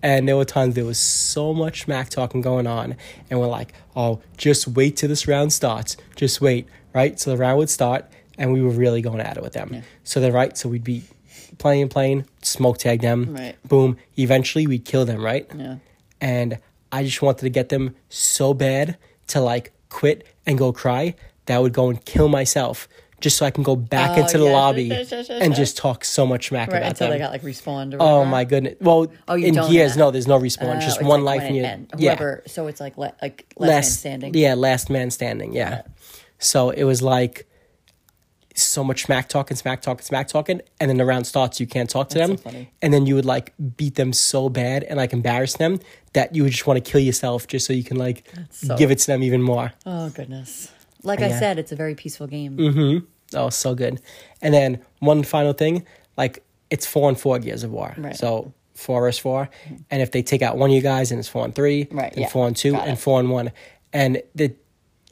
S2: and there were times there was so much smack talking going on, and we're like, oh, just wait till this round starts. Just wait, right? So the round would start, and we were really going at it with them. So they're right, so we'd be playing, playing, smoke tag them,
S5: Right.
S2: boom. Eventually, we'd kill them, right?
S5: Yeah.
S2: And I just wanted to get them so bad to like quit and go cry that I would go and kill myself. Just so I can go back
S5: Oh,
S2: into the
S5: yes,
S2: lobby
S5: <laughs> yes, yes, yes,
S2: and
S5: yes.
S2: just talk so much smack
S5: Right
S2: about
S5: until
S2: them.
S5: they got like respawned or
S2: Oh
S5: whatever.
S2: my goodness! Well,
S5: Oh, you
S2: in
S5: don't
S2: years,
S5: know.
S2: no, there's no respawn.
S5: Oh,
S2: just
S5: it's
S2: one
S5: like
S2: life, and
S5: when it
S2: you,
S5: end-
S2: yeah,
S5: Whoever, so it's like le- like last, man
S2: last
S5: standing.
S2: yeah, last man standing, yeah. So it was like so much smack talking, smack talking, smack talking, and then the round starts. You can't talk to
S5: That's
S2: them,
S5: so funny.
S2: and then you would like beat them so bad and like embarrass them that you would just want to kill yourself just so you can like
S5: so-
S2: give it to them even more.
S5: Oh goodness. Like I
S2: Yeah.
S5: said, it's a very peaceful game.
S2: Oh, so good. And then one final thing, like it's four and four Gears of War.
S5: Right.
S2: So four versus four. And if they take out one of you guys and it's four and three,
S5: Right,
S2: then
S5: yeah.
S2: four and two,
S5: Got
S2: and
S5: it.
S2: four and one. And the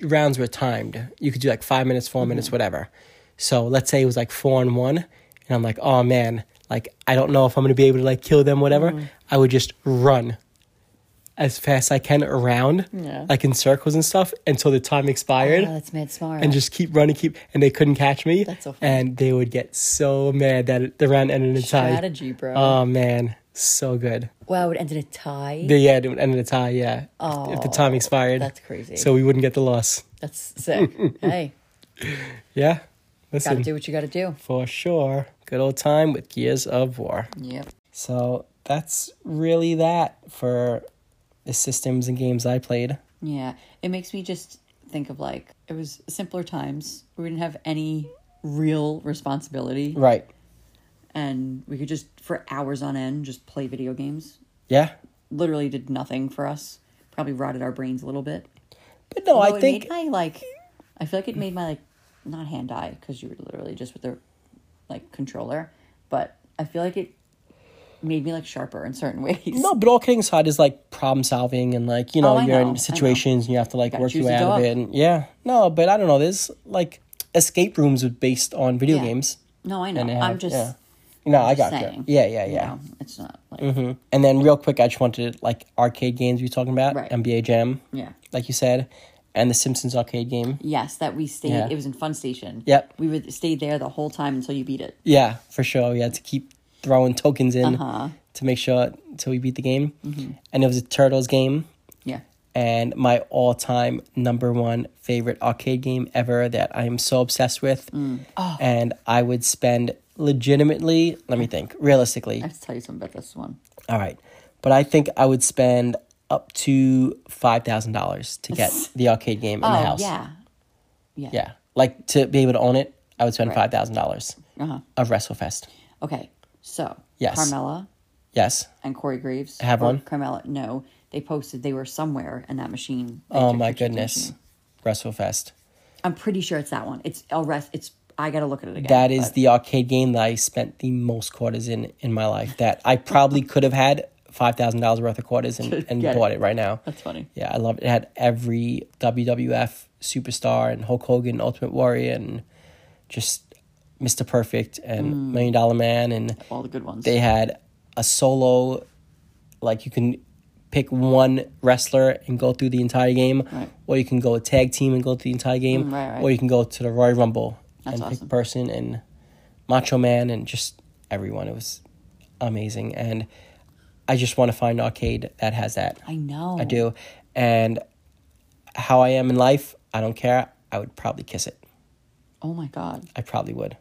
S2: rounds were timed. You could do like five minutes, 4 minutes,
S5: Mm-hmm.
S2: whatever. So let's say it was like four and one, and I'm like, oh man, like I don't know if I'm gonna be able to like kill them, whatever.
S5: Mm-hmm.
S2: I would just run as fast as I can around,
S5: Yeah.
S2: like in circles and stuff, until the time expired
S5: Oh, that's mad smart.
S2: and just keep running, keep, and they couldn't catch me.
S5: That's so funny.
S2: And they would get so mad that it- the round ended in a tie.
S5: strategy, bro.
S2: Oh man, so good.
S5: wow, it ended a tie.
S2: The, yeah, it would end in a tie. Yeah, if- if, the time expired,
S5: Oh, that's crazy.
S2: So we wouldn't get the loss.
S5: that's
S2: <laughs>
S5: sick.
S2: Mm-hmm.
S5: hey,
S2: Yeah,
S5: gotta
S2: listen
S5: do what you gotta do.
S2: for sure. Good old time with Gears of War.
S5: Yep.
S2: So that's really that for the systems and games I played.
S5: Yeah. It makes me just think of like it was simpler times. We didn't have any real responsibility.
S2: Right.
S5: And we could just for hours on end just play video games.
S2: Yeah.
S5: Literally did nothing for us. Probably rotted our brains a little bit.
S2: But no,
S5: Although
S2: Oh, I
S5: it
S2: think
S5: made my like I feel like it made my like not hand eye because you were literally just with the like controller, but I feel like it made me like sharper in certain <laughs> ways.
S2: No, but all kidding aside is like problem solving and like you know
S5: Oh, I
S2: you're
S5: know, I
S2: in
S5: know.
S2: situations and you have to like
S5: Gotta
S2: work your
S5: choose
S2: way
S5: a
S2: out of
S5: dog.
S2: it. And yeah, no, but I don't know. There's like escape rooms are based on video
S5: Yeah.
S2: games.
S5: No, I know.
S2: And they
S5: I'm
S2: have-
S5: just
S2: yeah. No, I got you.
S5: saying.
S2: Yeah, yeah,
S5: you
S2: yeah. Mm.
S5: know, it's not like
S2: And then real quick, I just wanted like arcade games we were talking about,
S5: Right.
S2: NBA Jam,
S5: yeah.
S2: like you said, and the Simpsons arcade game.
S5: Yes, that we stayed.
S2: Yeah.
S5: It was in Fun Station.
S2: Yep.
S5: We would stay there the whole time until you beat it.
S2: Yeah, for sure. We had to keep throwing tokens in
S5: Uh-huh.
S2: to make sure until we beat the game.
S5: Mm-hmm.
S2: And it was a Turtles game.
S5: Yeah.
S2: and my all time number one favorite arcade game ever that I am so obsessed with.
S5: Mm. Oh.
S2: And I would spend legitimately, let me think, realistically.
S5: I have to tell you something about this one.
S2: All right. But I think I would spend up to $5,000 to get the arcade game in
S5: oh
S2: the house.
S5: yeah. Yeah.
S2: Yeah. Like to be able to own it, I would spend
S5: Right.
S2: $5,000
S5: Uh-huh.
S2: of WrestleFest.
S5: Okay. So
S2: Yes.
S5: Carmela
S2: Yes.
S5: and Corey Graves.
S2: Have
S5: or
S2: one?
S5: Carmela. No, they posted they were somewhere in that machine.
S2: Oh
S5: Electric
S2: my
S5: picture
S2: goodness.
S5: machine.
S2: WrestleFest.
S5: I'm pretty sure it's that one. It's El Rest. It's I gotta look at it again.
S2: That is
S5: but-
S2: the arcade game that I spent the most quarters in in my life. That I probably could have had five thousand dollars worth of quarters and, and
S5: Get it.
S2: bought it. right now.
S5: That's funny.
S2: Yeah, I loved it. It had every WWF superstar and Hulk Hogan, Ultimate Warrior, and just Mr. Perfect and Million Dollar Man, and
S5: All the good ones.
S2: they had a solo. Like you can pick one wrestler and go through the entire game,
S5: Right.
S2: or you can go a tag team and go through the entire game,
S5: Mm, right, right.
S2: or you can go to the Royal Rumble
S5: That's
S2: and
S5: awesome.
S2: pick a person and Macho Man and just everyone. It was amazing, and I just want to find an arcade that has that.
S5: I know.
S2: I do. And how I am in life, I don't care. I would probably kiss it.
S5: Oh my god.
S2: I probably would.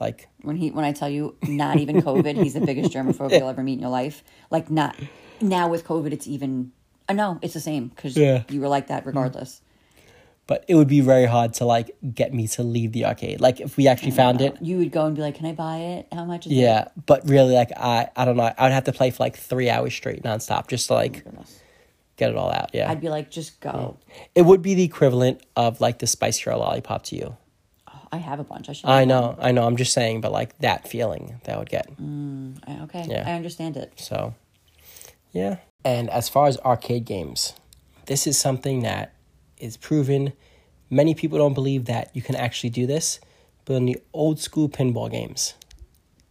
S2: Like,
S5: When he when I tell you not even COVID, he's the biggest germaphobe you'll ever meet in your life. Like not now with COVID, it's even. Uh, no, it's the same because
S2: Yeah.
S5: you were like that regardless.
S2: but it would be very hard to like get me to leave the arcade. Like, if we actually found it,
S5: You would go and be like, "Can I buy it? How much is it?"
S2: yeah. But really, like, I I don't know. I would have to play for like three hours straight, nonstop, just to like get it all out. Yeah,
S5: I'd be like, "Just go."
S2: it would be the equivalent of like the Spice Girl lollipop to you.
S5: I have a bunch. I should.
S2: I know, I know. I'm just saying, but like that feeling that I would get.
S5: I- Okay,
S2: Yeah.
S5: I understand it.
S2: So, yeah. And as far as arcade games, this is something that is proven. Many people don't believe that you can actually do this, but in the old school pinball games,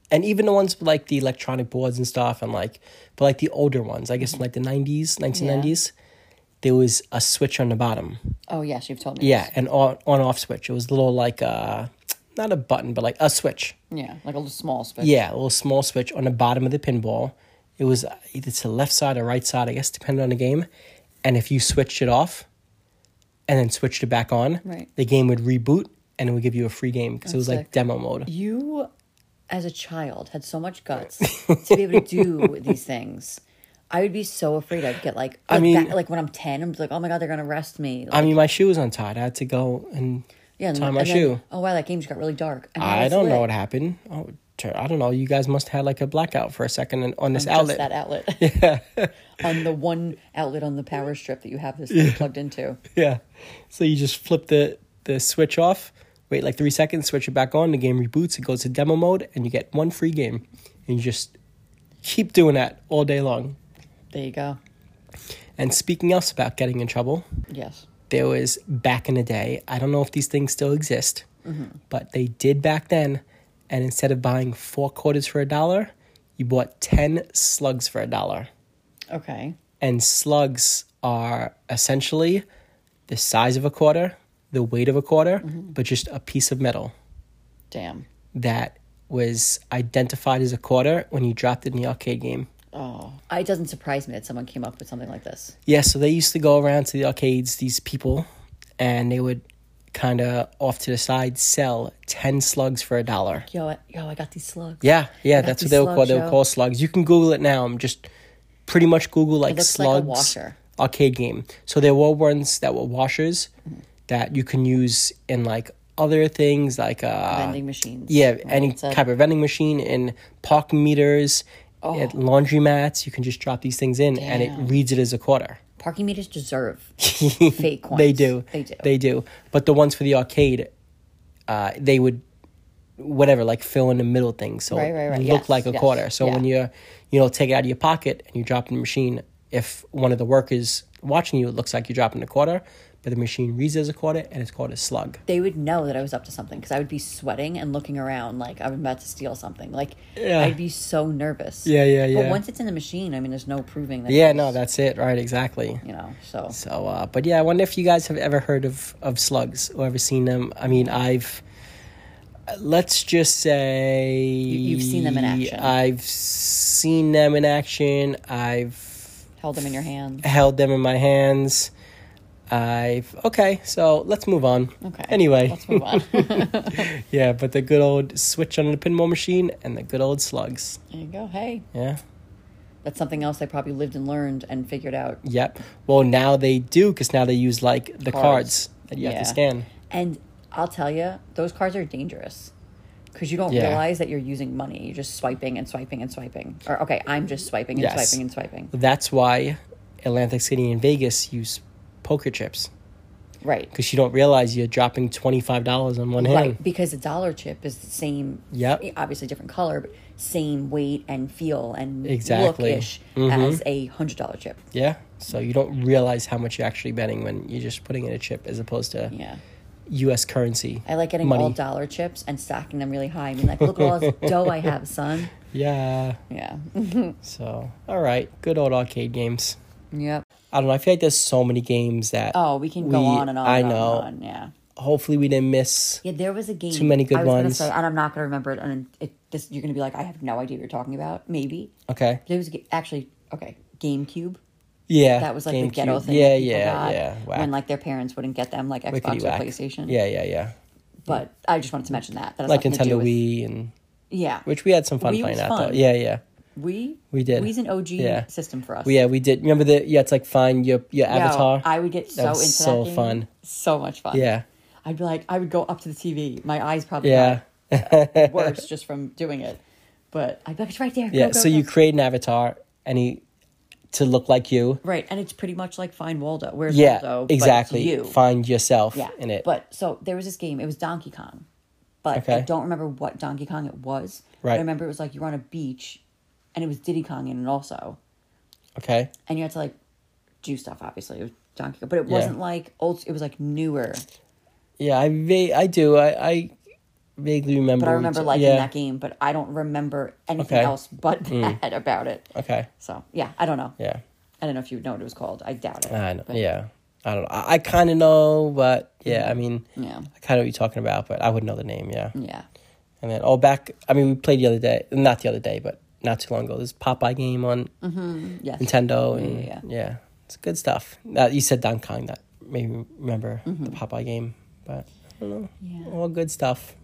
S2: and even the ones with, like the electronic boards and stuff, and like, but like the older ones, I guess from like the 90s, 1990s, there was a switch on the bottom.
S5: Oh yes, you've told me.
S2: Yeah, an on off switch. It was a little like, uh, not a button, but like a switch.
S5: this. Yeah, like a little small space.
S2: Yeah, a little small switch on the bottom of the pinball. It was either to the left side or right side, I guess, depending on the game. And if you switched it off and then switched it back on,
S5: Right.
S2: the game would reboot and it would give you a free game because it was like
S5: sick.
S2: demo mode.
S5: You, as a child, had so much guts to be able to do <laughs> these things. I would be so afraid. I'd get like,
S2: I
S5: like
S2: mean-
S5: that- like when I'm ten, I'm just like, oh my god, they're gonna arrest me. Like,
S2: I mean, my shoe was untied. I had to go and
S5: yeah, and
S2: tie
S5: then-
S2: my
S5: and then,
S2: shoe.
S5: oh wow, that game just got really dark. And now
S2: I
S5: it's
S2: don't know
S5: lit.
S2: what happened. Oh, tur- I don't know. You guys must have had like a blackout for a second and- on this
S5: Just
S2: outlet. <laughs>
S5: that outlet. Yeah. <laughs> on the one outlet on the power strip that you have this thing plugged into.
S2: Yeah. So you just flip the, the switch off, wait like three seconds, switch it back on, the game reboots, it goes to demo mode, and you get one free game. And you just keep doing that all day long.
S5: There you go.
S2: And speaking else about getting in trouble,
S5: Yes.
S2: there was back in the day, I don't know if these things still exist, but they did back then. And instead of buying four quarters for a dollar, you bought 10 slugs for a dollar.
S5: Okay.
S2: and slugs are essentially the size of a quarter, the weight of a quarter, but just a piece of metal
S5: Damn.
S2: that was identified as a quarter when you dropped it in the arcade game.
S5: I- Oh. It doesn't surprise me that someone came up with something like this.
S2: Yeah, so they used to go around to the arcades, these people, and they would kind of off to the side sell 10 slugs for a dollar.
S5: Yo, I, yo, I got these slugs.
S2: Yeah, yeah,
S5: got
S2: that's what
S5: these
S2: they would call.
S5: slugs,
S2: They would
S5: yo.
S2: call slugs. You can Google it now. I'm just pretty much Google like
S5: looks like a
S2: slugs
S5: washer.
S2: arcade game. So there were ones that were washers that you can use in like other things like uh
S5: Vending machines.
S2: yeah,
S5: Right,
S2: any
S5: it's a-
S2: type of vending machine in parking meters, at laundromats. You can just drop these things in, and
S5: Oh. Damn.
S2: it reads it as a quarter.
S5: Parking
S2: <laughs>
S5: meters deserve fake coins.
S2: They do.
S5: They do.
S2: They do. But the ones for the arcade, uh, they would whatever, like fill in the middle thing. So
S5: Right, right, right.
S2: it looked
S5: Yes,
S2: like a
S5: yes.
S2: quarter. So when
S5: Yeah.
S2: you're you know, take it out of your pocket and you drop in the machine, if one of the workers watching you, it looks like you're dropping a quarter, but the machine reads it as a quarter and it's called a slug.
S5: they would know that I was up to something because I would be sweating and looking around like I'm about to steal something. Like
S2: Yeah.
S5: I'd be so nervous.
S2: Yeah, yeah,
S5: But
S2: yeah.
S5: once it's in the machine, I mean, there's no proving that. it
S2: Yeah,
S5: was,
S2: no, that's it, right, exactly.
S5: you know. So
S2: So, uh, but yeah, I wonder if you guys have ever heard of, of slugs or ever seen them. I mean, I've, let's just say.
S5: you've seen them in action.
S2: I've seen them in action. I've
S5: held them in
S2: <laughs>
S5: your hand.
S2: held them in my hands. I've, okay, so let's move on.
S5: Okay.
S2: Anyway,
S5: let's
S2: <laughs>
S5: move on.
S2: yeah, but the good old switch on the pinball machine and the good old slugs.
S5: there you go. Hey,
S2: Yeah.
S5: that's something else I probably lived and learned and figured out.
S2: Yep. Well, now they do because now they use like the
S5: Cards.
S2: cards, that you have to
S5: Yeah.
S2: scan.
S5: And I'll tell you, those cards are dangerous because you don't
S2: Yeah.
S5: realize that you're using money. You're just swiping and swiping and swiping. Or okay, I'm just swiping and
S2: Yes.
S5: swiping and swiping.
S2: That's why Atlantic City and Vegas use poker chips.
S5: Right.
S2: Because you don't realize you're dropping $25 on one hand.
S5: Right, because a dollar chip is the same. eh,
S2: Yep.
S5: Obviously, different color, but same weight and feel and
S2: Exactly. Mm-hmm.
S5: look-ish as a hundred dollar chip.
S2: Yeah. So you don't realize how much you're actually betting when you're just putting in a chip as opposed to
S5: Yeah.
S2: U.S. currency.
S5: I like getting all dollar chips and stacking them really high. I mean, like, look at
S2: <laughs>
S5: all this dough I have, son.
S2: Yeah.
S5: Yeah. <laughs>
S2: So, all right. Good old arcade games.
S5: yep.
S2: I don't know. I feel like there's so many games that.
S5: Oh, we can go
S2: We-
S5: on and on.
S2: I
S5: and on
S2: know.
S5: and on, Yeah.
S2: Hopefully, we didn't miss.
S5: Yeah, there was a game.
S2: Too many good
S5: I was gonna
S2: ones.
S5: say, and I'm not gonna remember it. And it, this, you're gonna be like, I have no idea what you're talking about. Maybe
S2: Okay.
S5: there was a, ga- actually okay GameCube.
S2: Yeah.
S5: That was like the
S2: GameCube.
S5: ghetto thing.
S2: Yeah,
S5: that people
S2: yeah,
S5: got
S2: yeah. Whack.
S5: When like their parents wouldn't get them like Xbox
S2: Wickety
S5: or
S2: whack.
S5: PlayStation.
S2: Yeah, yeah, yeah.
S5: But I just wanted to mention that. that has
S2: Like
S5: nothing to do
S2: Nintendo
S5: with-
S2: Wii and
S5: Yeah.
S2: which we had some fun
S5: Wii
S2: playing
S5: was
S2: that though.
S5: fun.
S2: Yeah, yeah.
S5: we
S2: We did.
S5: Wii's an OG
S2: Yeah.
S5: system for us.
S2: Well, yeah, we did. Remember the yeah, it's like find your your
S5: Yo,
S2: avatar.
S5: I would get so
S2: was
S5: into
S2: so
S5: that game.
S2: fun.
S5: So much fun.
S2: yeah.
S5: I'd be like, I would go up to the TV. My eyes probably
S2: Yeah. <laughs>
S5: got worse just from doing it. But I'd be like, it's right there.
S2: Yeah,
S5: Go, go,
S2: so you
S5: go."
S2: create an avatar and he to look like you.
S5: right, and it's pretty much like Find Waldo. Where's
S2: Yeah,
S5: Waldo? But it's
S2: exactly.
S5: you.
S2: Find yourself
S5: yeah.
S2: in it.
S5: But so there was this game. It was Donkey Kong, but I
S2: Okay.
S5: don't remember what Donkey Kong it was. But
S2: Right.
S5: I remember it was like you were on a beach, and it was Diddy Kong in it also,
S2: okay.
S5: and you had to like do stuff. Obviously, it was Donkey Kong, but it wasn't like old. It was like newer.
S2: Yeah, I va- I do. I, I vaguely remember.
S5: But I remember
S2: it.
S5: liking
S2: yeah.
S5: that game, but I don't remember anything
S2: Okay. Mm.
S5: else but that about it.
S2: Okay.
S5: So yeah, I don't know.
S2: Yeah. Uh,
S5: I don't know if you would know what it was called. I doubt it.
S2: I know.
S5: but- Mm-hmm.
S2: yeah. I don't know. I, I kind of know, but yeah, I mean,
S5: Yeah.
S2: I kind of what you're talking about, but I wouldn't know the name. Yeah.
S5: Yeah.
S2: And then, oh, back, I mean, we played the other day, not the other day, but not too long ago. This Popeye game on
S5: Yes.
S2: Nintendo. And,
S5: Mm-hmm. yeah,
S2: yeah, It's good stuff. That, you said Don Kong, that made me remember the Popeye game, but I don't know.
S5: Mm-hmm. Yeah.
S2: All good stuff.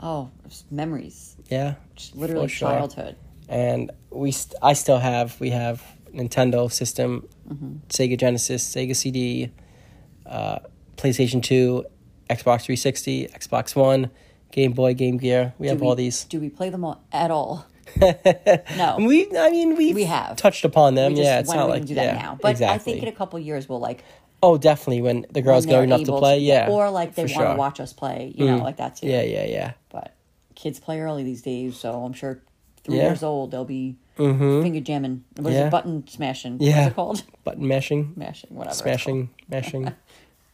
S5: Oh, it's memories.
S2: Yeah.
S5: Just literally
S2: for sure.
S5: childhood.
S2: And we, st- I still have, we have Nintendo system,
S5: Mm-hmm.
S2: Sega Genesis, Sega CD, uh, PlayStation 2, Xbox 360, Xbox One, Game Boy, Game Gear. We have
S5: we,
S2: all these.
S5: Do we play them all
S2: <laughs>
S5: at all? no.
S2: And we, I mean, we
S5: We have.
S2: touched upon them.
S5: We just,
S2: yeah, it's
S5: when
S2: not
S5: are we
S2: like
S5: gonna do that
S2: yeah,
S5: now? But I
S2: exactly.
S5: think in a couple years we'll like
S2: oh, definitely when the girls
S5: when they're
S2: go enough to
S5: able
S2: play. Yeah,
S5: Or like they
S2: for
S5: want
S2: sure. Hmm.
S5: to watch us play, you know, like that too.
S2: Yeah, yeah, yeah.
S5: But kids play early these days, so I'm sure three
S2: Yeah. Mm-hmm.
S5: years old they'll be finger jamming. What is
S2: Yeah.
S5: it? Button smashing.
S2: Yeah.
S5: What's it called? <laughs>
S2: Button mashing,
S5: Mashing, whatever. it's
S2: smashing,
S5: <laughs>
S2: mashing.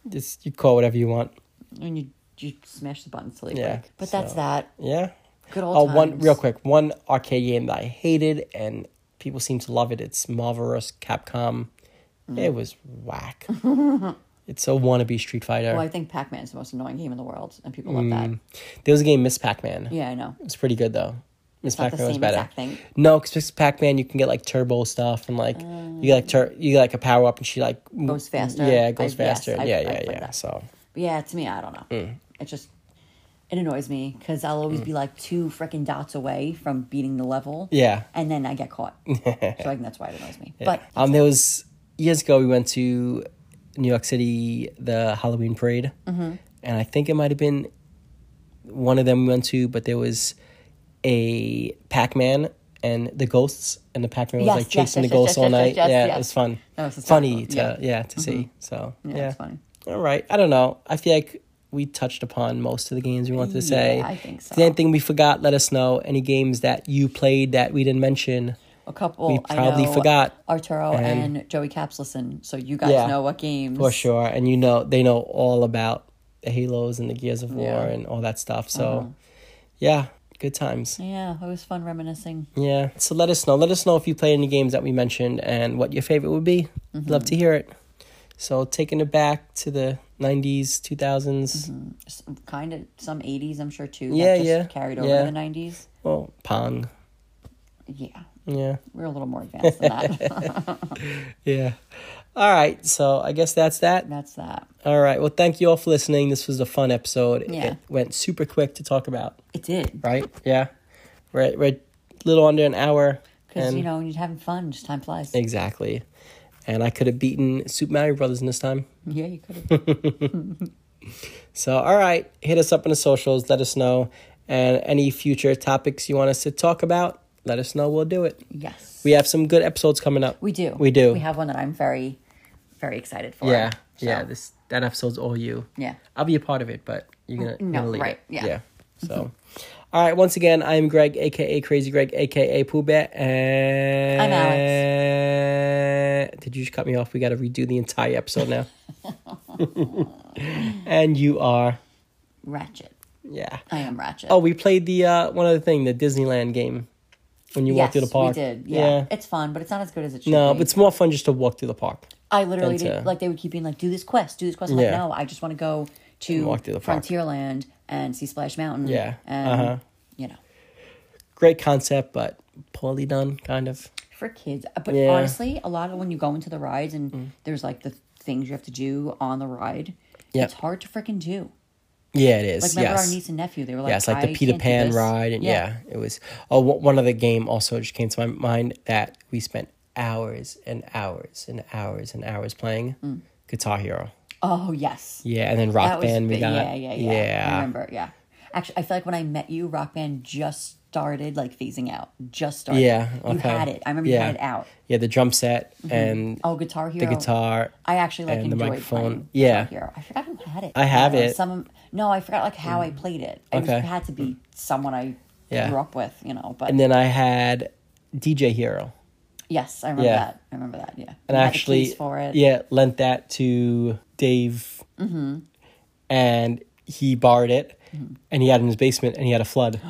S2: Just you call it whatever you want.
S5: called. And you you smash the buttons till they
S2: Yeah,
S5: break. But that's
S2: so-
S5: that.
S2: Yeah.
S5: Good old
S2: Oh, one
S5: times.
S2: real quick. One arcade game that I hated and people seem to love it. It's Marvelous Capcom.
S5: Mm.
S2: It was
S5: <laughs>
S2: whack. it's a wannabe Street Fighter.
S5: Well, I think Pac Man's the most annoying game in the world, and people love
S2: Mm.
S5: that.
S2: there was a game Miss Pac Man.
S5: Yeah, I know.
S2: It was pretty good though. Miss
S5: not the
S2: Pac Man was
S5: same
S2: better.
S5: exact thing.
S2: No, because Pac Man you can get like turbo stuff and like you get like tur- you get like a power up and she like m-
S5: Goes faster.
S2: Yeah, it goes
S5: I- yes,
S2: faster.
S5: I-
S2: yeah,
S5: I
S2: yeah,
S5: played
S2: yeah.
S5: that.
S2: So
S5: But yeah, to me, I don't know.
S2: Mm.
S5: It just it annoys me because I'll always be like two freaking dots away from beating the level.
S2: yeah.
S5: and then I
S2: <laughs>
S5: get caught. so I think that's why it annoys me. But
S2: um, there was years ago we went to New York City the Halloween parade,
S5: Mm-hmm.
S2: and I think it might have been one of them we went to, but there was a Pac Man and the ghosts, and the Pac Man was
S5: Yes,
S2: like
S5: yes,
S2: chasing
S5: yes,
S2: the ghosts
S5: yes,
S2: all
S5: yes,
S2: night.
S5: yes,
S2: yeah,
S5: yes.
S2: it was fun.
S5: That was
S2: funny to yeah,
S5: hysterical,
S2: to see. So yeah,
S5: that's funny.
S2: All right, I don't know. I feel like. We touched upon most of the games we wanted to say.
S5: I think
S2: If there's
S5: so.
S2: anything we forgot, let us know. Any games that you played that we didn't mention.
S5: a couple
S2: we probably
S5: I know,
S2: forgot.
S5: Arturo
S2: And-
S5: and, Joey Caps listen, so you guys
S2: Yeah,
S5: know what games
S2: for sure and you know they know all about the halos and the gears of war
S5: Yeah. Uh-huh.
S2: and all that stuff so yeah good times
S5: Yeah, it was fun reminiscing.
S2: yeah so let us know let us know if you play any games that we mentioned and what your favorite would be
S5: Mm-hmm.
S2: love to hear it so taking it back to the 90s 2000s
S5: Mm-hmm. Kind of some '80s, I'm sure too. that
S2: Yeah,
S5: just
S2: yeah,
S5: Carried over
S2: yeah.
S5: to the '90s.
S2: well Oh, pong
S5: Yeah,
S2: yeah
S5: we're a little more advanced than
S2: <laughs>
S5: that. <laughs>
S2: yeah all right so i guess that's that
S5: that's that.
S2: all right well thank you all for listening this was a fun episode
S5: Yeah.
S2: it went super quick to talk about
S5: It did
S2: right? Yeah. We're, at- we're a little under an hour.
S5: because
S2: and-
S5: you know when you're having fun, just time flies.
S2: Exactly. And I could have beaten Super Mario Brothers in this time.
S5: Yeah, you could
S2: <laughs>
S5: have.
S2: So, all right, hit us up on the socials. Let us know. And any future topics you want us to talk about, let us know. We'll do it.
S5: yes,
S2: We have some good episodes coming up.
S5: we do.
S2: We do.
S5: We have one that I'm very very excited for.
S2: Yeah.
S5: So,
S2: Yeah. This that episode's all you.
S5: Yeah. Mm,
S2: I'll be a part of it, but you're gonna,
S5: no,
S2: gonna lead
S5: right,
S2: it.
S5: yeah. Mm-hmm.
S2: So, all right. Once again, I'm Greg, aka Crazy Greg, aka Pooh Bear, and
S5: I'm
S2: Did you just cut me off? We got to redo the entire episode
S5: <laughs>
S2: now. and you are,
S5: Ratchet.
S2: yeah.
S5: I am Ratchet.
S2: Oh, we played the uh, one other thing, the Disneyland game, when you walk through the park.
S5: we did. Yeah. It's fun, but it's not as good as it should
S2: No,
S5: be.
S2: but it's more fun just to walk through the park.
S5: I literally
S2: That's,
S5: did.
S2: uh,
S5: Like they would keep being like, "Do this quest, do this quest." I'm
S2: Yeah.
S5: like, "No, I just want to go to
S2: walk through the park."
S5: Frontierland and see Splash Mountain."
S2: Yeah.
S5: and
S2: Uh-huh.
S5: you know,
S2: Great concept, but poorly done, kind of.
S5: for kids. Uh, But
S2: Yeah. Mm.
S5: honestly, a lot of when you go into the rides and there's like the things you have to do on the ride,
S2: Yep.
S5: it's hard to freaking do.
S2: Yeah, it is.
S5: Like remember
S2: yes.
S5: our niece and nephew? They were like,
S2: Yes, like
S5: "I
S2: the Peter
S5: can't do
S2: Pan
S5: this."
S2: ride, and yeah. it was. Oh, one one other game also just came to my mind that we spent hours and hours and hours and hours playing Guitar Hero.
S5: Oh yes,
S2: Yeah, and then Rock
S5: Mm. that was
S2: Band we
S5: bi-
S2: got.
S5: Yeah, yeah, yeah, I remember. Yeah, actually, I feel like when I met you, Rock Band just started like phasing out. Just started.
S2: Yeah,
S5: you
S2: okay.
S5: had it. I remember you
S2: Yeah.
S5: had it out.
S2: Yeah, the drum set and
S5: Oh, Guitar
S2: the
S5: Hero.
S2: guitar.
S5: I actually like
S2: and the
S5: enjoyed
S2: microphone.
S5: playing
S2: Yeah.
S5: Guitar Hero. I forgot who had it.
S2: I have
S5: Uh,
S2: it. Mm.
S5: Some no, I forgot like how I played it. It was-
S2: Okay.
S5: had to be someone I
S2: Yeah.
S5: grew up with, you know. But
S2: and then I had DJ Hero.
S5: yes, I remember
S2: Yeah.
S5: that. I remember that. Yeah,
S2: and
S5: You had the
S2: actually
S5: keys for it.
S2: yeah lent that to dave
S5: Mm-hmm.
S2: and he borrowed it and he had it in his basement and he had a flood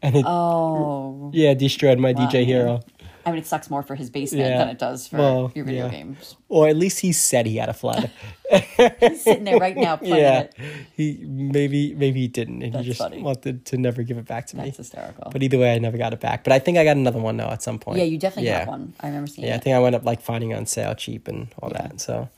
S2: and it
S5: Oh,
S2: yeah destroyed my dj hero
S5: I mean, it sucks more for his basement
S2: Yeah.
S5: than it does for
S2: Well,
S5: your video
S2: yeah.
S5: games.
S2: or at least he said he had a <laughs>
S5: <laughs>
S2: flood
S5: He's sitting there
S2: <laughs>
S5: right now playing
S2: yeah
S5: it.
S2: he maybe maybe he didn't and
S5: That's
S2: he just
S5: funny.
S2: wanted to never give it back to me
S5: That's hysterical.
S2: but either way i never got it back but i think i got another one though at some point
S5: yeah, you definitely
S2: Yeah.
S5: got one. I remember seeing
S2: yeah, I
S5: it.
S2: think I wound up like finding it on sale cheap and all that. So,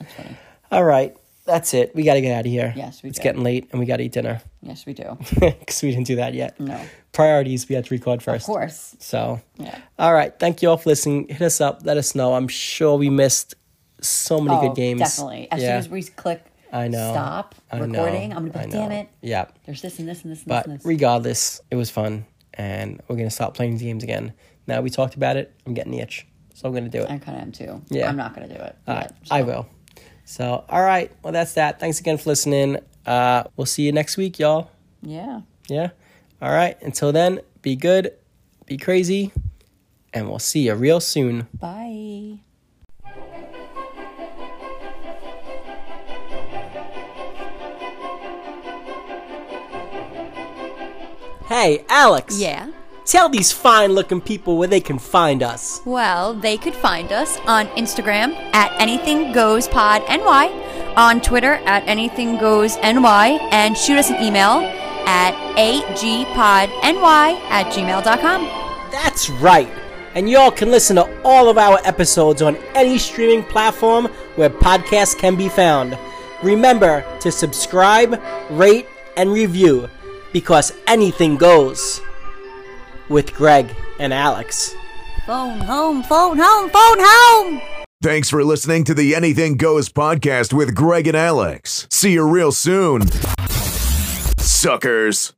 S2: all right, that's it. We got to get out of here.
S5: Yes, we
S2: it's
S5: do.
S2: getting late, and we got to eat dinner <laughs>
S5: Yes, we do.
S2: because we didn't do that yet.
S5: No.
S2: priorities. We had to record first. <laughs>
S5: Of course.
S2: So,
S5: Yeah.
S2: all right. Thank you all for listening. Hit us up. Let us know. I'm sure we missed so many
S5: oh,
S2: good games.
S5: Definitely. As soon as we click
S2: I know.
S5: stop
S2: I know.
S5: recording, I'm gonna be
S2: I
S5: like, damn
S2: know.
S5: it.
S2: Yeah.
S5: There's this and this and this and
S2: But
S5: this. And this.
S2: regardless, it was fun, and we're gonna stop playing these games again. Now we talked about it. I'm getting the itch, so I'm gonna do it.
S5: I kind of am too.
S2: Yeah.
S5: I'm not gonna do it.
S2: All right,
S5: yet.
S2: I will. So, all right. Well, that's that. Thanks again for listening. Uh, we'll see you next week, y'all.
S5: yeah.
S2: Yeah. All right. Until then, be good, be crazy, and we'll see you real soon.
S5: Bye.
S2: Hey, Alex.
S6: Yeah.
S2: Tell these fine looking people where they can find us.
S6: Well, they could find us on Instagram at anything goes pod ny, on Twitter at anything goes ny, and shoot us an email at agpodny at gmail.com.
S2: That's right. And y'all can listen to all of our episodes on any streaming platform where podcasts can be found. Remember to subscribe, rate, and review because anything goes with Greg and Alex.
S6: Phone home, phone home, phone home!
S1: Thanks for listening to the Anything Goes podcast with Greg and Alex. See you real soon, suckers.